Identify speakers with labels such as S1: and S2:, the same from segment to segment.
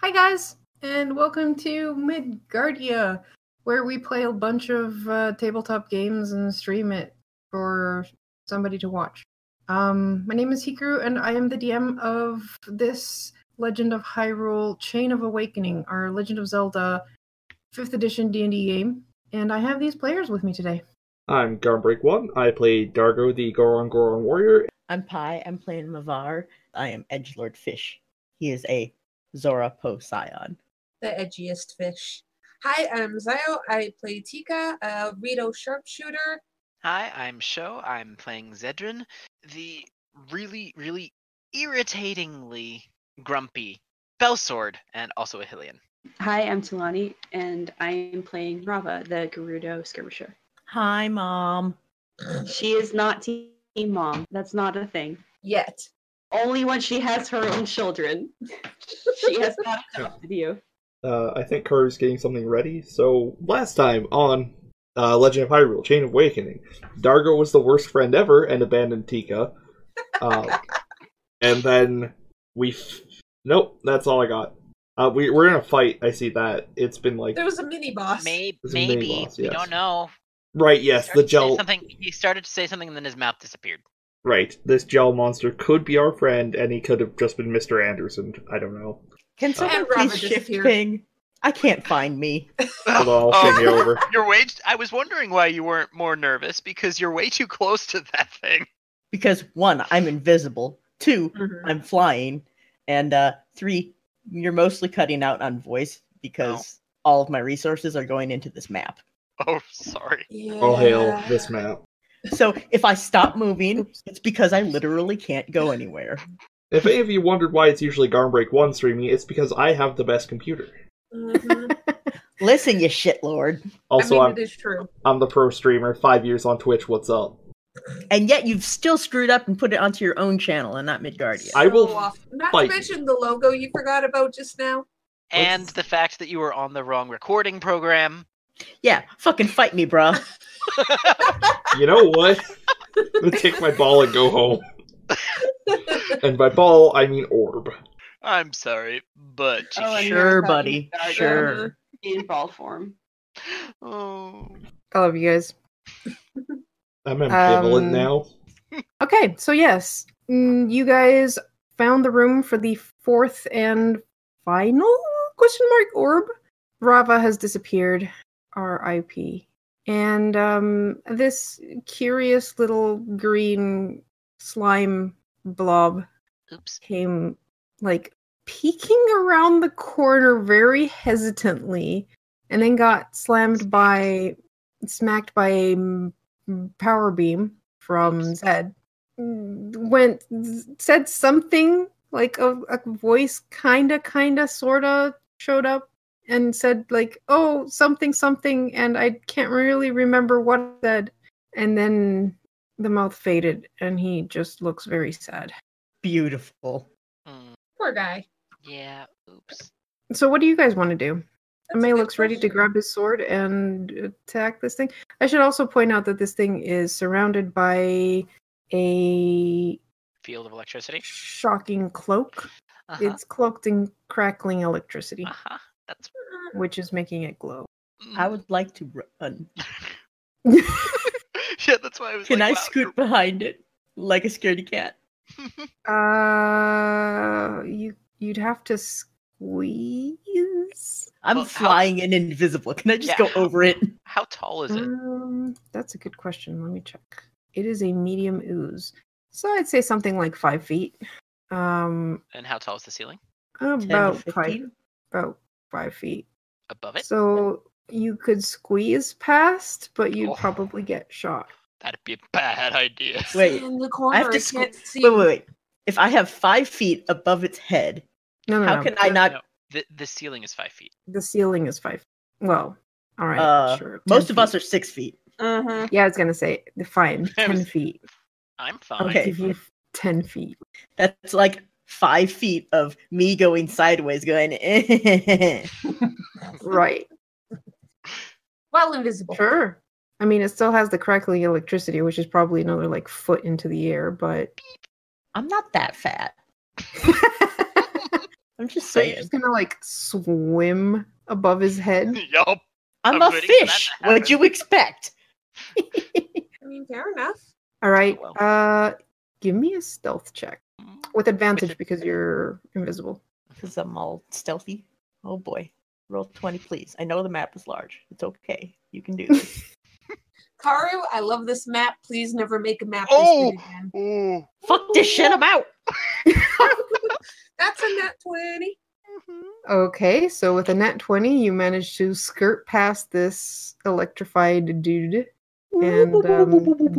S1: Hi, guys, and welcome to Midgardia, where we play a bunch of uh, tabletop games and stream it for somebody to watch. Um, my name is Hikaru, and I am the DM of this Legend of Hyrule Chain of Awakening, our Legend of Zelda 5th edition D&D game, and I have these players with me today.
S2: I'm Gunbreak One. I play Dargo, the Goron Goron warrior.
S3: I'm Pi. I'm playing Mavar. I am Edgelord Fish. He is a Zora Po Scion.
S4: the edgiest fish. Hi, I'm Zio. I play Tika, a Rito sharpshooter.
S5: Hi, I'm Sho. I'm playing Zedrin, the really, really irritatingly grumpy Bellsword, and also a Hillian.
S6: Hi, I'm Tulani, and I am playing Rava, the Gerudo skirmisher.
S3: Hi, Mom.
S6: She is not team mom. That's not a thing.
S4: Yet.
S6: Only when she has her own children. she has not adopted you.
S2: Uh, I think Kerr's getting something ready. So last time on uh, Legend of Hyrule: Chain of Awakening, Dargo was the worst friend ever and abandoned Tika. Um, and then we, f- nope, that's all I got. Uh, we we're in a fight. I see that. It's been like
S4: There was a mini boss.
S5: May-
S2: It's a mini
S5: maybe
S2: boss,
S5: we
S2: yes.
S5: don't know.
S2: right. Yes,
S5: Started
S2: the
S5: to say
S2: gel.
S5: Something he started to say something, and then his mouth disappeared.
S2: Right, this gel monster could be our friend, and he could have just been Mister Anderson. I don't know.
S3: Can
S4: And
S3: someone
S4: Robert
S3: please shift
S4: disappeared.
S3: ping? I can't find me.
S2: Although I'll
S5: Oh.
S2: shake you over.
S5: Your way. I was wondering why you weren't more nervous because you're way too close to that thing.
S3: Because one, I'm invisible. Two,
S4: Mhm.
S3: I'm flying. And uh, three, you're mostly cutting out on voice because all of my resources are going into this map.
S5: Oh, sorry.
S4: Mm-hmm. Yeah.
S2: All hail this map.
S3: So if I stop moving, it's because I literally can't go anywhere.
S2: If any of you wondered why it's usually Garnbreak 1 streaming, it's because I have the best computer.
S4: Mhm.
S3: Listen, you shitlord.
S2: Also,
S4: I
S2: I
S4: mean, it is true.
S2: am I'm the pro streamer, five years on Twitch, what's up?
S3: And yet you've still screwed up and put it onto your own channel and not Midgardia.
S2: I will
S4: So off- Not
S2: fight
S4: to
S2: you.
S4: mention the logo you forgot about just now.
S5: And the fact that you were on the wrong recording program.
S3: Yeah, fucking fight me, bruh.
S2: You know what? I'm gonna take my ball and go home. And by ball, I mean orb.
S5: I'm sorry, but
S6: Oh, I never
S3: sure,
S6: thought
S3: buddy.
S6: you'd start
S3: Sure.
S6: In bald form.
S5: oh.
S1: I love you guys.
S2: I'm ambivalent
S1: Um,
S2: now.
S1: Okay, so yes, mm, you guys found the room for the fourth and final question mark orb. Rava has disappeared, R.I.P. And um, this curious little green slime blob
S5: Oops.
S1: came like peeking around the corner very hesitantly and then got slammed by smacked by a m- power beam from zed Mm, went z- said something like a, a voice kinda kinda sorta showed up and said like oh something something and i can't really remember what it said and then the mouth faded and he just looks very sad
S3: Beautiful.
S5: Mm,
S4: Poor guy.
S5: yeah. Oops.
S1: So, what do you guys want to do?
S4: That's a
S1: May
S4: good
S1: looks ready to
S4: question.
S1: grab his sword and attack this thing. I should also point out that this thing is surrounded by a
S5: Field of electricity.
S1: shocking cloak.
S5: Uh-huh.
S1: It's cloaked in crackling electricity,
S5: uh-huh. That's.
S1: which is making it glow.
S5: Hmm.
S3: I would like to run.
S5: yeah, that's why I was.
S3: Can
S5: like,
S3: I
S5: wow,
S3: scoot behind it like a scaredy cat?
S5: you're-
S1: Uh, you you'd have to squeeze.
S3: I'm
S5: Well, how-
S3: flying and invisible. Can I just
S5: Yeah.
S3: go over it?
S5: How tall is it?
S3: Mm.
S1: Um, that's a good question. Let me check. It is a medium ooze, so I'd say something like five feet. Um,
S5: And how tall is the ceiling?
S3: 10 to
S1: about five
S3: 15?
S1: about five feet
S5: Above it?
S1: so you could squeeze past but you'd
S5: Oh.
S1: probably get shot
S5: That'd be a bad idea.
S3: Wait,
S4: In the corner,
S3: I have to
S4: I can't see.
S3: Wait, wait, wait. If I have five feet above its head,
S1: no no
S3: how
S1: no
S3: can I not?
S5: No, the, the ceiling is five feet.
S1: the ceiling is five well all right
S3: Uh,
S1: sure
S3: Most of us are six feet.
S6: Uh-huh.
S1: yeah i was gonna say the fine
S5: I
S1: 10
S5: was-
S1: feet
S5: I'm
S1: I'll
S5: fine.
S3: Okay.
S1: give you 10 feet
S3: That's like five feet of me going sideways, going. "Eh,
S1: right
S4: Well, invisible.
S1: sure i mean it still has the crackling electricity which is probably another like foot into the air but
S3: I'm not that fat. I'm just
S1: So you're
S3: saying.
S1: just gonna like swim above his head?
S5: yup.
S3: I'm,
S5: I'm
S3: a
S5: rooting for that to
S3: fish. What'd you expect?
S4: I mean, fair enough.
S1: All right.
S3: Oh,
S5: well.
S1: Uh, give me a stealth check with advantage because you're invisible.
S3: Because I'm all stealthy. Oh boy. Roll 20, please. I know the map is large. It's okay. You can do this.
S4: Karu, I love this map. Please never make a map this
S5: Oh!
S4: good again.
S5: Ooh.
S3: Fuck this shit. I'm out.
S4: That's a nat 20.
S1: Okay, so with a nat 20, you manage to skirt past this electrified dude and um,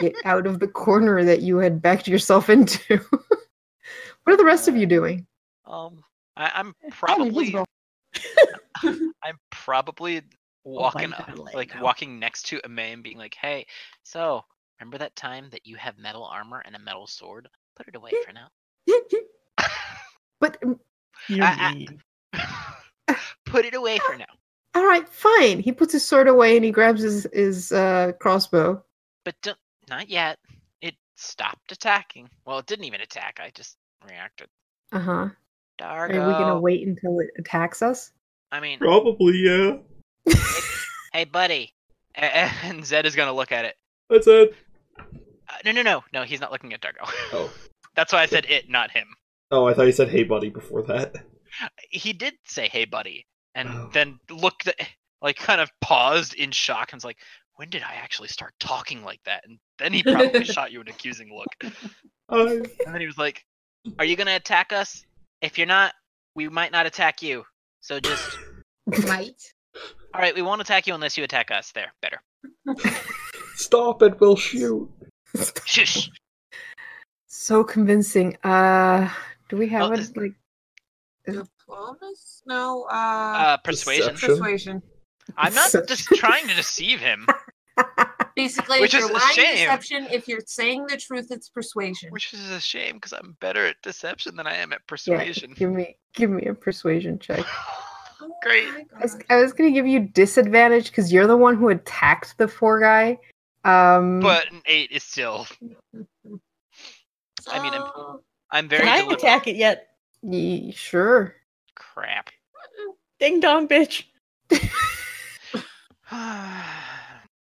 S1: get out of the corner that you had backed yourself into. what are the rest of you doing?
S5: Um, I, I'm probably
S3: invisible.
S5: I'm probably
S3: Oh,
S5: walking up,
S3: darling,
S5: like
S3: no.
S5: walking next to Ame and being like, "Hey, so remember that time that you have metal armor and a metal sword? Put it away for now."
S1: But um,
S3: You're
S5: I- I-
S3: mean.
S5: Put it away for now.
S1: all right, fine. He puts his sword away and he grabs his his uh, crossbow.
S5: But don't, not yet. It stopped attacking. Well, it didn't even attack. I just reacted.
S1: Uh huh. Are
S5: Dargo.
S1: we gonna wait until it attacks us?
S5: I mean,
S2: Probably, yeah.
S5: hey, buddy. A- a- And Zed is gonna look at it.
S2: That's it.
S5: Uh, no, no, no, no. He's not looking at Dargo.
S2: Oh.
S5: That's why I said it, not him.
S2: Oh, I thought you said "Hey, buddy" before that.
S5: He did say, "Hey, buddy," and
S2: Oh.
S5: then looked, at, like, kind of paused in shock and was like, "When did I actually start talking like that?" And then he probably shot you an accusing look.
S2: I
S5: And then he was like, "Are you gonna attack us? If you're not, we might not attack you. So just,
S4: Might.
S5: all right, we won't attack you unless you attack us. There, better.
S2: stop and we'll shoot.
S5: Shush.
S1: so convincing. Uh, do we have
S5: Oh,
S1: a,
S5: is-
S1: like?
S4: Diplomas? No, uh,
S5: Uh, persuasion.
S2: Deception.
S4: persuasion.
S5: I'm not just
S1: Deception.
S5: trying to deceive him,
S4: Basically,
S5: Which
S4: if
S5: is
S4: you're
S5: a
S4: lying,
S5: shame.
S4: deception. If you're saying the truth, it's persuasion.
S5: which is a shame because I'm better at deception than I am at
S1: Yeah,
S5: persuasion.
S1: give me give me a persuasion check.
S4: Oh
S5: Great.
S4: my
S1: I was,
S4: gosh.
S1: I was gonna give you disadvantage because you're the one who attacked the poor guy. Um,
S5: But an eight is still. I mean, I'm-
S4: Oh,
S5: I'm very
S3: Can I
S5: deliberate.
S3: attack it yet?
S1: ye- sure.
S5: Crap.
S3: Ding dong, bitch.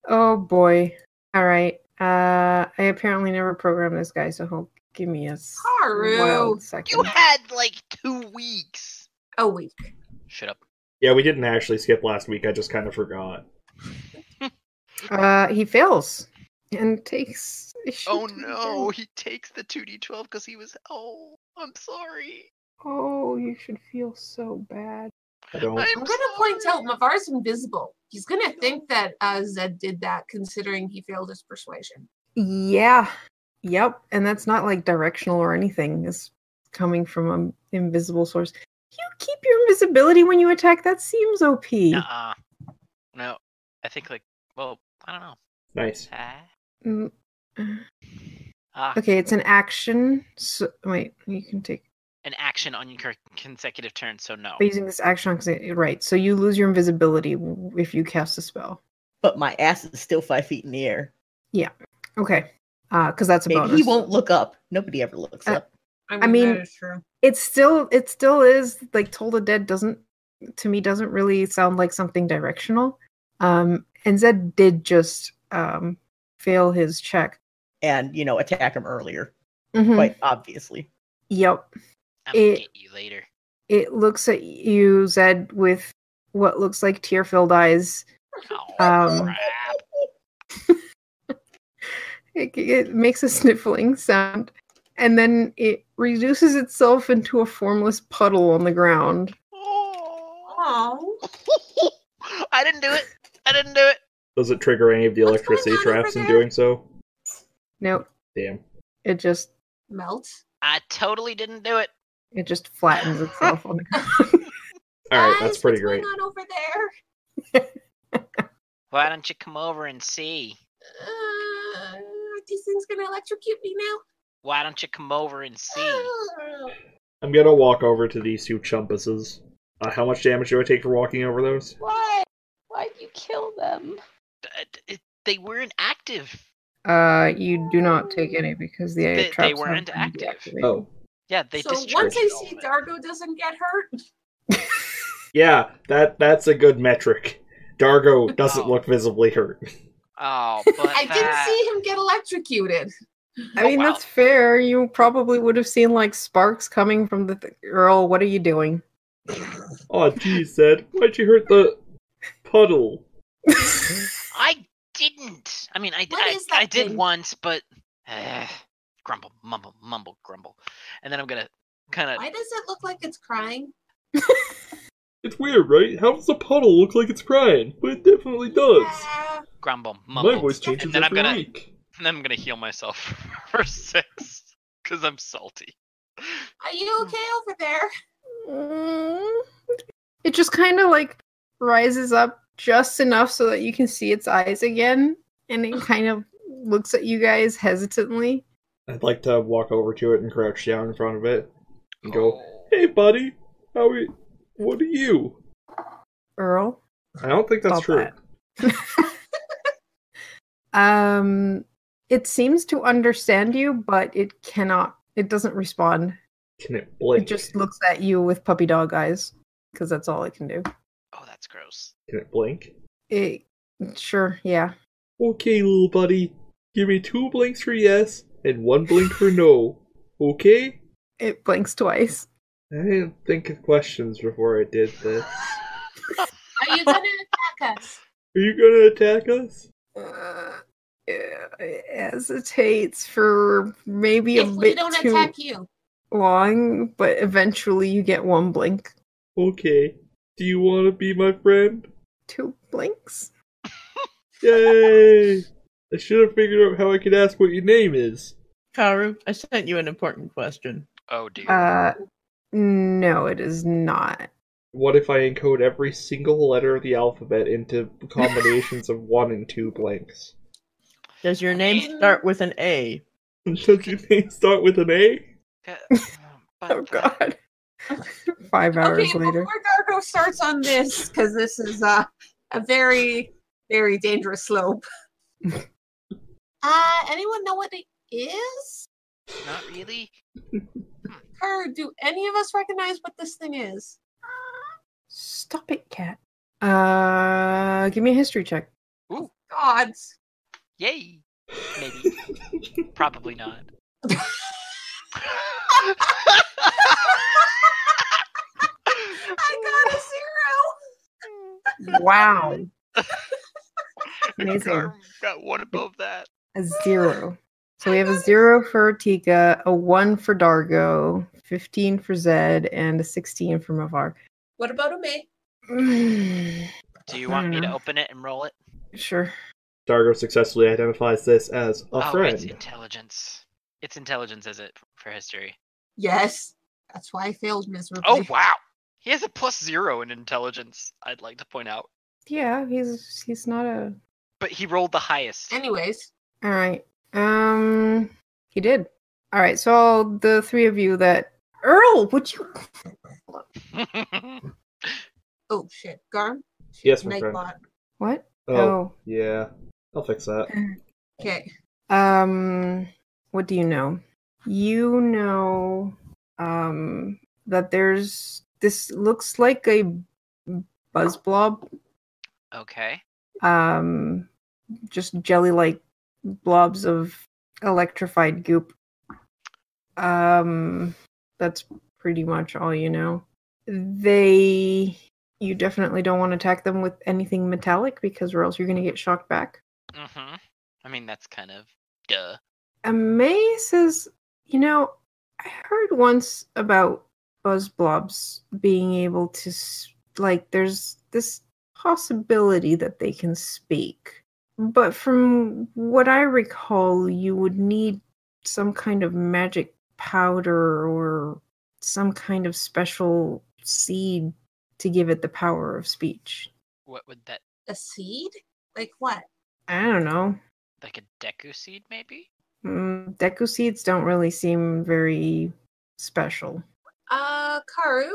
S1: Oh boy. All right. Uh, I apparently never programmed this guy, so he'll give me a s-
S4: Haru.
S1: wild
S5: you
S1: second.
S5: had like two weeks.
S4: a week.
S5: Shut up.
S2: Yeah, we didn't actually skip last week. I just kind of forgot.
S1: Uh, he fails and takes. a
S5: Oh
S1: shit ton of
S5: no,
S1: damage.
S5: he takes the 2d12 because he was. Oh, I'm sorry.
S1: Oh, you should feel so bad.
S2: I don't.
S5: I'm
S4: I'm gonna point
S5: sorry.
S4: out Mavar's invisible. He's gonna think that uh, Zed did that, considering he failed his persuasion.
S1: Yeah. Yep. And that's not like directional or anything. It's coming from an invisible source. You keep your invisibility when you attack. That seems OP.
S5: Nuh-uh. No, I think like. Well, I don't know.
S2: Nice.
S5: Ah.
S1: Mm,
S5: Ah,
S1: Okay, it's an action. So wait, you can take
S5: an action on your consecutive turn, so no.
S1: by using this action on consi- right so you lose your invisibility w- if you cast a spell
S3: But my ass is still five feet in the air.
S1: okay uh because that's a
S3: Maybe
S1: bonus
S3: he won't look up. Nobody ever looks
S1: Uh,
S3: up.
S1: I mean-
S4: that is true.
S1: it's still it still is like told the dead doesn't to me doesn't really sound like something directional um and zed did just um fail his check
S3: And, you know, attack him earlier.
S1: Mhm.
S3: Quite obviously.
S1: yep
S5: I'm gonna
S1: it-
S5: get you later.
S1: it looks at you zed with what looks like tear filled eyes
S5: Oh,
S1: Um,
S5: crap.
S1: it, it makes a sniffling sound and then it reduces itself into a formless puddle on the ground
S5: Oh.
S4: Oh,
S5: I didn't do it. I didn't do it.
S2: Does it trigger any of the
S4: What's going
S2: electricity
S4: on
S2: traps
S4: over
S2: in
S4: there?
S2: doing so?
S1: nope
S2: Damn.
S1: it just
S4: melt.
S5: I totally didn't do it.
S1: It just flattens itself on the ground.
S2: All right,
S4: Guys,
S2: that's pretty
S4: what's going
S2: great.
S4: on over there?
S5: Why don't you come over and see?
S4: Uh, this thing's gonna electrocute me now.
S5: Why don't you come over and see?
S4: Oh.
S2: I'm gonna walk over to these two chumpuses. Uh, how much damage do I take for walking over those?
S6: Why? Why'd you kill them?
S5: Uh, d- it- They weren't active.
S1: uh, you do not take any because the
S5: They-
S1: traps
S5: they weren't
S1: have been
S5: active.
S1: deactivated.
S2: Oh,
S5: Yeah, they
S4: so
S5: discharged
S4: once I
S5: all
S4: see
S5: of it.
S4: Dargo doesn't get hurt,
S2: Yeah, that that's a good metric. Dargo doesn't
S5: Oh.
S2: look visibly hurt.
S5: Oh, but
S4: I
S5: that-
S4: didn't see him get electrocuted.
S1: I
S5: Oh,
S1: mean,
S5: wow.
S1: that's fair. You probably would have seen like sparks coming from the th- girl. What are you doing?
S2: Oh, geez, Zed, why'd you hurt the puddle?
S5: I didn't. I mean, I
S4: What
S5: I,
S4: is that
S5: I did
S4: thing?
S5: once, but eh, grumble, mumble, mumble, grumble, and then I'm gonna kind of.
S4: Why does it look like it's crying?
S2: It's weird, right? How does a puddle look like it's crying? But it definitely does.
S4: Yeah.
S5: grumble, mumble,
S2: My voice changes
S5: and then I'm
S2: every
S5: gonna,
S2: week.
S5: and then I'm gonna heal myself for six because I'm salty.
S4: Are you okay over there?
S1: Mm. It just kind of like rises up just enough so that you can see its eyes again, and it kind of looks at you guys hesitantly.
S2: I'd like to walk over to it and crouch down in front of it and go,
S5: Oh.
S2: "Hey, buddy, how are? You? What are you?"
S1: Earl.
S2: I don't think
S1: Stop
S2: that's true.
S1: that. Um, it seems to understand you, but it cannot. It doesn't respond.
S2: Can it
S1: It
S2: blink?
S1: just looks at you with puppy dog eyes because that's all it can do.
S5: oh, that's gross.
S2: Can it blink?
S1: It sure, yeah.
S2: Okay, little buddy, give me two blinks for yes and one blink for no. Okay?
S1: It blinks twice.
S2: I didn't think of questions before I did this.
S4: Are you gonna attack us?
S2: Are you gonna attack us?
S1: Uh, it hesitates for maybe a
S4: If we
S1: bit
S4: don't
S1: too
S4: attack you,
S1: long, but eventually you get one blink,
S2: Okay. Do you want to be my friend?
S1: two blinks.
S2: Yay! I should have figured out how I could ask what your name is.
S3: Karu, I sent you an important question.
S5: Oh dear.
S1: Uh, no, it is not.
S2: What if I encode every single letter of the alphabet into combinations of one and two blanks?
S3: Does your name start with an A?
S2: Does your name start with an A?
S5: Uh, but
S1: Oh
S5: that-
S1: God. Five hours
S4: okay,
S1: later.
S4: before Dargo starts on this, because this is uh, a very, very dangerous slope. uh, anyone know what it is?
S5: not really.
S4: Or do any of us recognize what this thing is?
S1: Stop it, cat. Uh, give me a history check.
S4: God,
S5: Yay. Maybe. Probably not.
S4: I got a zero.
S1: Wow. Amazing.
S5: Got, got one above that.
S1: A zero. So we have a zero for Tika, a one for Dargo, 15 for Zed, and a 16 for Mavar.
S4: What about a me?
S5: Do you want
S4: Hmm.
S5: me to open it and roll it?
S1: sure.
S2: Dargo successfully identifies this as a
S5: oh, it's
S2: friend.
S5: intelligence. It's intelligence, is it, for history?
S4: Yes. That's why I failed miserably.
S5: Oh wow, he has a plus zero in intelligence. I'd like to point out,
S1: Yeah, he's he's not a.
S5: but he rolled the highest.
S4: Anyways,
S1: All right. Um, he did. All right. So all the three of you that Earl, would you?
S4: oh shit, Garm.
S2: Yes, my friend.
S4: Nightbot.
S1: What?
S2: Oh, yeah. I'll fix that.
S4: Okay.
S1: Um, what do you know? You know um that there's this looks like a buzz blob,
S5: okay.
S1: um just jelly like blobs of electrified goop. Um that's pretty much all you know. They you definitely don't want to attack them with anything metallic because or else you're gonna get shocked back.
S5: hmm I mean, that's kind of duh.
S1: Amay says, you know, I heard once about buzz blobs being able to, s- like, there's this possibility that they can speak. But from what I recall, you would need some kind of magic powder or some kind of special seed to give it the power of speech.
S5: What would that?
S4: A seed? Like what?
S1: I don't know.
S5: Like a Deku seed, maybe?
S1: Mm, Deku seeds don't really seem very special.
S4: uh, Karu,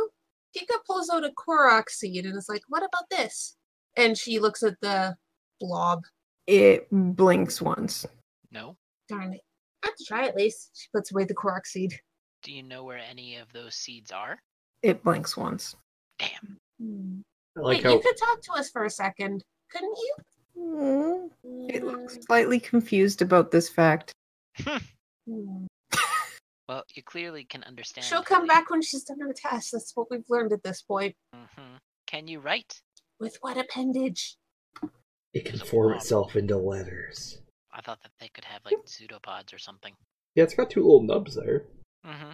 S4: Tika pulls out a Korok seed and is like, what about this? And she looks at the blob.
S1: It blinks once.
S5: No.
S4: Darn it. I have to try at least. She puts away the Korok seed.
S5: Do you know where any of those seeds are?
S1: It blinks once.
S5: Damn.
S4: Hmm.
S2: I like
S4: Wait,
S2: how
S4: you could talk to us for a second, couldn't you?
S1: Mm, It looks slightly confused about this fact.
S4: Mm.
S5: Well, you clearly can understand.
S4: She'll come back when she's done her test. That's what we've learned at this point.
S5: hmm Can you write?
S4: With what appendage?
S2: it can form itself into letters.
S5: I thought that they could have like pseudopods or something.
S2: Yeah, it's got two little nubs there.
S5: Mm-hmm.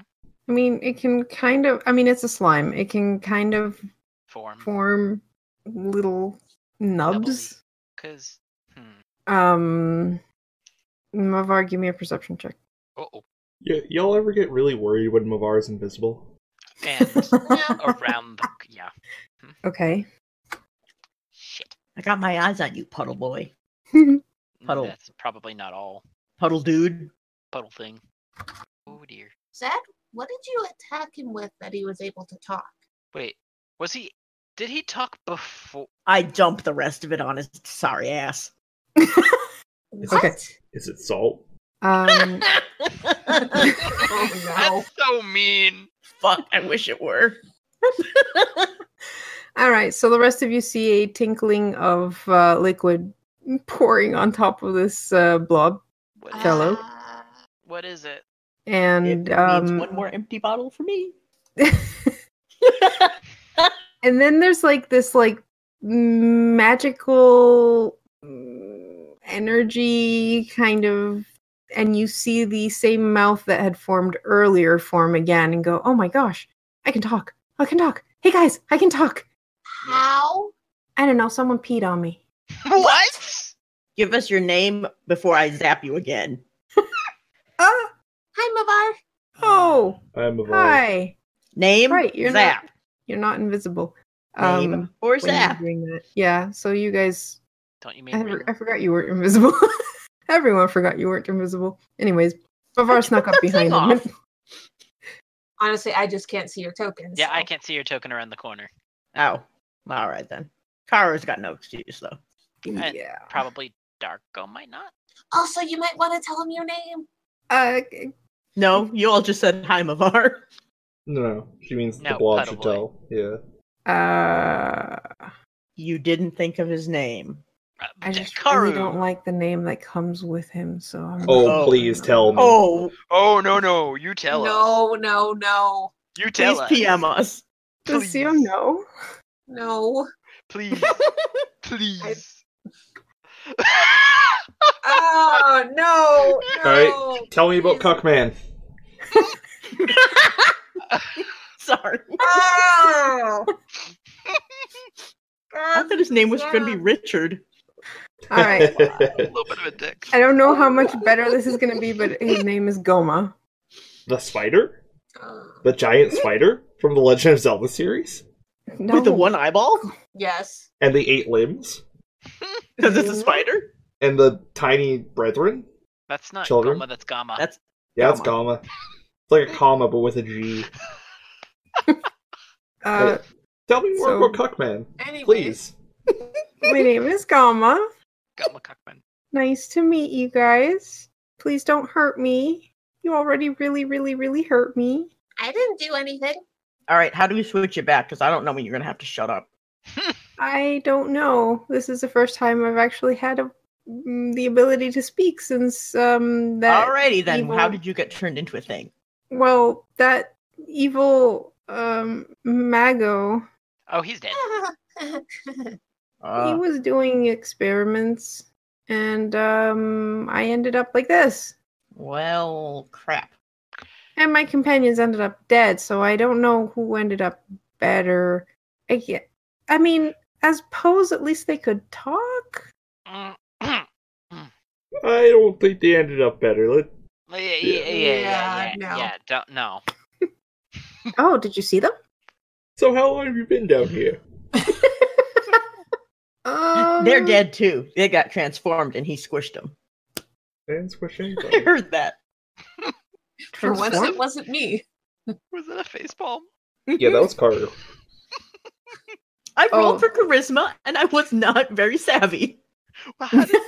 S1: I mean, it can kind of. I mean, it's a slime. It can kind of
S5: Form.
S1: form little nubs.
S5: Cause. Hmm.
S1: Um, Mavar, give me a perception check.
S5: Oh.
S2: Y- y'all ever get really worried when Mavar's invisible?
S5: And around the yeah.
S1: okay.
S5: Shit.
S3: I got my eyes on you, puddle boy. Puddle.
S5: That's probably not all.
S3: Puddle dude.
S5: Puddle thing. Oh dear.
S4: Zed, what did you attack him with that he was able to talk?
S5: Wait. Was he? Did he talk before?
S3: I dump the rest of it on his sorry ass.
S4: What?
S2: Is it salt?
S1: um,
S4: Oh no.
S5: That's so mean.
S3: Fuck, I wish it were.
S1: all right. So the rest of you see a tinkling of uh, liquid pouring on top of this uh, blob,
S5: What is,
S1: Fellow.
S4: Uh,
S5: what is it?
S1: and
S3: it
S1: um,
S3: means one more empty bottle for me.
S1: and then there's like this like magical mm, energy kind of and you see the same mouth that had formed earlier form again and go oh my gosh i can talk i can talk hey guys i can talk
S4: how?
S1: i don't know someone peed on me
S5: What?
S3: Give us your name before I zap you again.
S1: oh
S4: Hi, Mavar.
S1: oh
S2: I'm Mavar.
S1: hi
S3: Name,
S1: Right, you're
S3: zap.
S1: you're not invisible
S3: name
S1: um
S3: or
S1: when you're
S3: zap.
S1: doing that. yeah so you guys
S5: Don't you mean?
S1: I,
S5: ring?
S1: for- I forgot you weren't invisible. Everyone forgot you weren't invisible. Anyways, Bavar snuck up
S3: that
S1: behind
S3: thing
S1: him.
S4: Honestly, I just can't see your tokens.
S5: Yeah, I
S4: so-
S5: can't see your token around the corner.
S3: Oh, all right then. Kara's got no excuse though.
S5: And-
S1: yeah.
S5: Probably Darko might not.
S4: Also, you might want to tell him your name.
S1: Uh,
S3: No, you all just said hi, Mavar.
S2: No, no, she means the
S5: No,
S2: blob should
S5: Puddleboy.
S2: tell. Yeah.
S1: uh,
S3: You didn't think of his name.
S5: Uh,
S1: I just really
S5: Karu.
S1: don't like the name that comes with him, so I'm.
S2: Oh,
S3: Oh.
S2: please tell me.
S3: Oh,
S5: Oh no no! You tell us.
S4: no, no, no,
S5: You tell
S3: please
S5: us.
S3: PM us.
S1: Does Sio
S5: please.
S1: know?
S4: no.
S5: Please. please.
S4: Oh no,
S2: All Tell me about
S4: Please.
S2: Cuckman.
S3: Sorry.
S4: Oh.
S3: I thought his name was going to
S4: yeah.
S3: be Richard.
S1: All right.
S5: a little bit of a dick.
S1: I don't know how much better this is going to be, but his name is Goma.
S2: the spider?
S4: Ah.
S2: The giant spider from the Legend of Zelda series?
S1: No,
S3: With the one eyeball?
S4: yes.
S2: And the eight limbs?
S3: Because it's a spider?
S2: And the tiny brethren?
S5: That's not
S2: Children?
S5: Goma, that's Gama.
S3: That's
S2: Yeah, it's comma. It's like a comma, but with a G.
S1: Uh,
S2: Tell me more
S1: So-
S2: about Cuckman,
S4: Anyway,
S2: please.
S1: my name is Goma.
S5: Gama Cuckman.
S1: Nice to meet you guys. Please don't hurt me. You already really, really, really hurt me.
S4: I didn't do anything.
S3: all right. How do we switch it back? Because I don't know when you're going to have to shut up.
S1: I don't know. This is the first time I've actually had a, mm, the ability to speak since um that
S3: Alrighty then. How
S1: evil-
S3: did you get turned into a thing?
S1: well that evil um mago
S5: Oh, he's dead.
S1: he
S3: Uh,
S1: was doing experiments and um I ended up like this
S3: well, crap.
S1: and my companions ended up dead so I don't know who ended up better. I get, I mean as pose at least they could talk.
S5: Mm, yeah,
S2: I don't think they ended up better. Let-
S5: Mm. yeah, yeah, yeah, yeah, yeah,
S4: Yeah, no.
S5: yeah, Don't no.
S1: Oh, did you see them?
S2: So how long have you been down here?
S3: They're
S1: Um,
S3: dead too. They got transformed and he squished them.
S2: That's what she
S3: I heard that.
S4: For once,
S1: transformed?
S4: it wasn't me.
S5: Was it a face palm?
S2: Yeah, that was Carter.
S3: I rolled
S1: Oh.
S3: for charisma and I was not very savvy.
S5: Well, how did,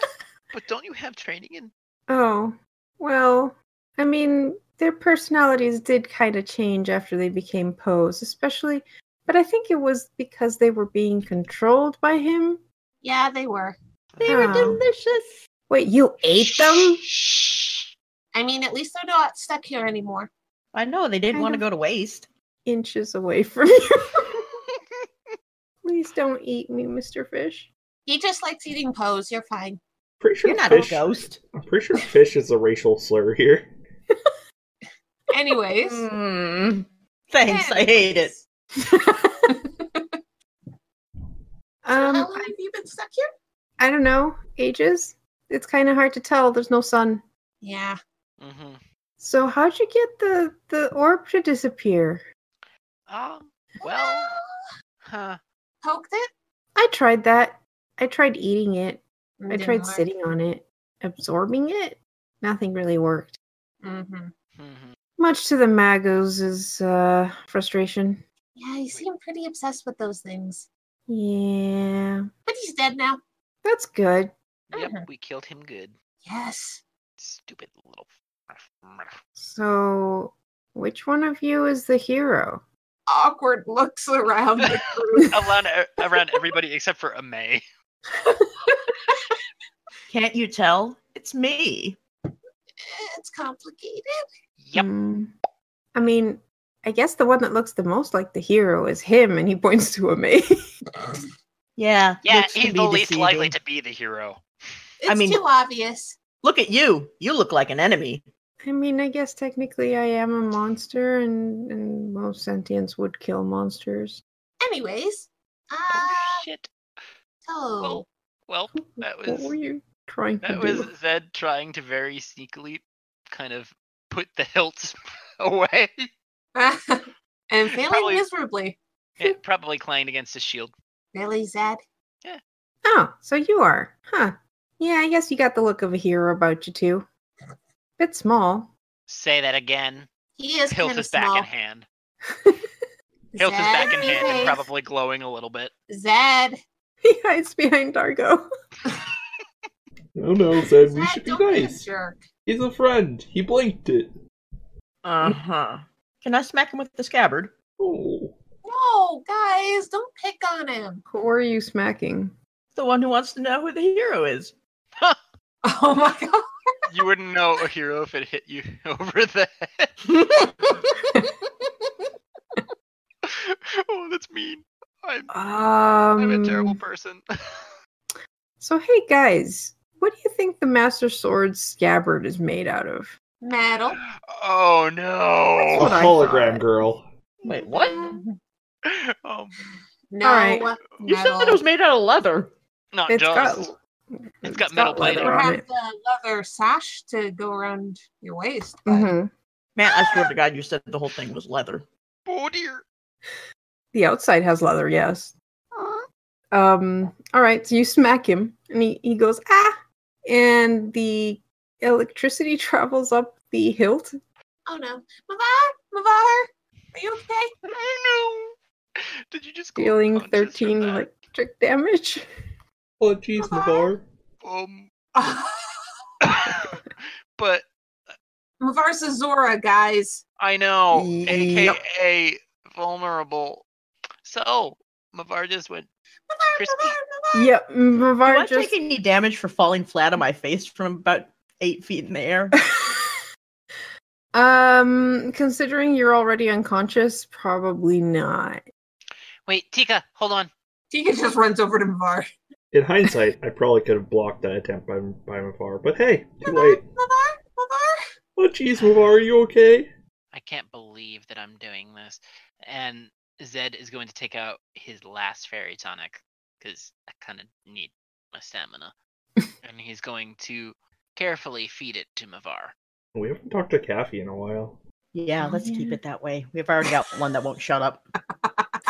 S5: but don't you have training in?
S1: Oh, well, I mean, their personalities did kind of change after they became Poes, especially. But I think it was because they were being controlled by him.
S4: Yeah, they were.
S6: They were
S1: Oh.
S6: delicious.
S1: Wait, you ate them?
S4: I mean, at least they're not stuck here anymore.
S3: I know they didn't
S1: Kind
S3: want to
S1: of.
S3: go to waste.
S1: Inches away from you. Please don't eat me, Mr. Fish.
S4: He just likes eating Poes. You're fine.
S2: Pretty sure
S3: You're not
S2: fish.
S3: a ghost.
S2: I'm pretty sure fish is a racial slur here.
S4: Anyways.
S3: Mm, thanks, I hate it.
S4: Anyways.
S5: Um,
S4: So
S1: Um,
S4: how long have you been stuck here?
S1: I don't know. Ages? It's kind of hard to tell. There's no sun.
S4: Yeah.
S5: hmm
S1: So how'd you get the the orb to disappear?
S5: Um, well, huh.
S4: poked it.
S1: I tried that. I tried eating it. I
S4: Didn't
S1: tried
S4: work.
S1: sitting on it, absorbing it. Nothing really worked.
S4: Mhm.
S5: mhm.
S1: Much to the Magos' uh, frustration.
S4: Yeah, you seem pretty obsessed with those things.
S1: Yeah,
S4: But he's dead now.
S1: that's good.
S5: Yep,
S4: Mhm.
S5: we killed him good.
S4: Yes.
S5: Stupid little.
S1: So, which one of you is the hero?
S4: Awkward looks around the group.
S5: around, around everybody except for Amay.
S3: Can't you tell? It's me.
S4: it's complicated.
S5: Yep.
S1: Hmm. I mean, I guess the one that looks the most like the hero is him, and he points to a me.
S3: Yeah.
S5: Yeah,
S3: looks can
S5: he's
S3: be
S5: the least likely
S3: deceiving.
S5: to be the hero.
S4: It's
S3: mean-
S4: too obvious.
S3: Look at you. You look like an enemy.
S1: I mean, I guess technically I am a monster, and, and most sentients would kill monsters.
S4: Anyways, uh,
S5: Oh shit.
S4: oh,
S5: Well, well, that
S1: what were
S5: was
S1: you trying to
S5: that
S1: do?
S5: was Zed trying to very sneakily kind of put the hilts away.
S4: and failing
S5: Probably-
S4: miserably.
S5: It probably clanged against his shield.
S4: Really, Zed?
S1: Oh, so you are. Huh. Yeah, I guess you got the look of a hero about you too. Bit small.
S5: Say that again.
S4: He is
S5: Hilt
S4: kind of
S5: is back
S4: small.
S5: in hand. Hilt is back in hand and probably glowing a little bit.
S4: Zed,
S1: He hides behind Dargo.
S2: No, no, Zed, we
S4: Zed,
S2: should be
S4: don't be a
S2: nice.
S4: jerk.
S2: He's a friend. He blinked it.
S3: Uh
S1: Uh-huh.
S3: huh. Can I smack him with the scabbard?
S2: Oh.
S4: No, guys, don't pick on him.
S1: Who are you smacking?
S3: The one who wants to know who the hero is.
S4: Oh my god.
S5: You wouldn't know a hero if it hit you over the head. oh, that's mean. I'm,
S1: Um,
S5: I'm a terrible person.
S1: So hey guys, what do you think the Master Sword's scabbard is made out of?
S4: Metal.
S5: oh
S1: That's
S2: A
S1: what
S5: no.
S1: I
S2: hologram
S1: thought.
S2: girl.
S3: Wait, what?
S5: Um,
S4: No.
S1: right.
S3: You said that it was made out of leather.
S5: not
S1: It's
S5: just.
S1: got
S5: It's got metal
S1: leather
S5: plating.
S4: You
S1: on
S4: have
S1: it.
S4: the leather sash to go around your waist, but
S1: Mhm.
S3: Man, I swear to God, you said the whole thing was leather.
S5: Oh dear.
S1: The outside has leather, yes. Um, all right, so you smack him, and he, he goes, ah! And the electricity travels up the hilt.
S4: oh no. Mavar, Mavar, are you okay?
S5: Oh no. Did you just go
S1: dealing
S5: unconscious from
S1: 13
S5: that?
S1: electric damage.
S2: Oh, jeez, Navar.
S5: Um.
S4: Oh,
S5: but
S4: Mavar's a Zora, guys.
S5: I know,
S1: Yep.
S5: aka vulnerable. So Mavar just went.
S4: Mavar,
S5: Christy.
S4: Mavar, Mavar.
S1: Yep,
S3: Do I
S1: Mavar
S3: take
S1: mm, just.
S3: any damage for falling flat on my face from about eight feet in the air?
S1: um, considering you're already unconscious, probably not.
S5: Wait, Tika, hold on.
S4: Tegan just runs over to Mavar.
S2: In hindsight, I probably could have blocked that attempt by, by Mavar, but hey, too late.
S4: Mavar, Mavar.
S2: Oh, jeez, Mavar, are you okay?
S5: I can't believe that I'm doing this. And Zed is going to take out his last fairy tonic because I kind of need my stamina. and he's going to carefully feed it to Mavar.
S2: We haven't talked to Kathy in a while.
S3: Oh, Yeah, let's keep
S1: Yeah.
S3: it that way. We've already got one that won't shut up.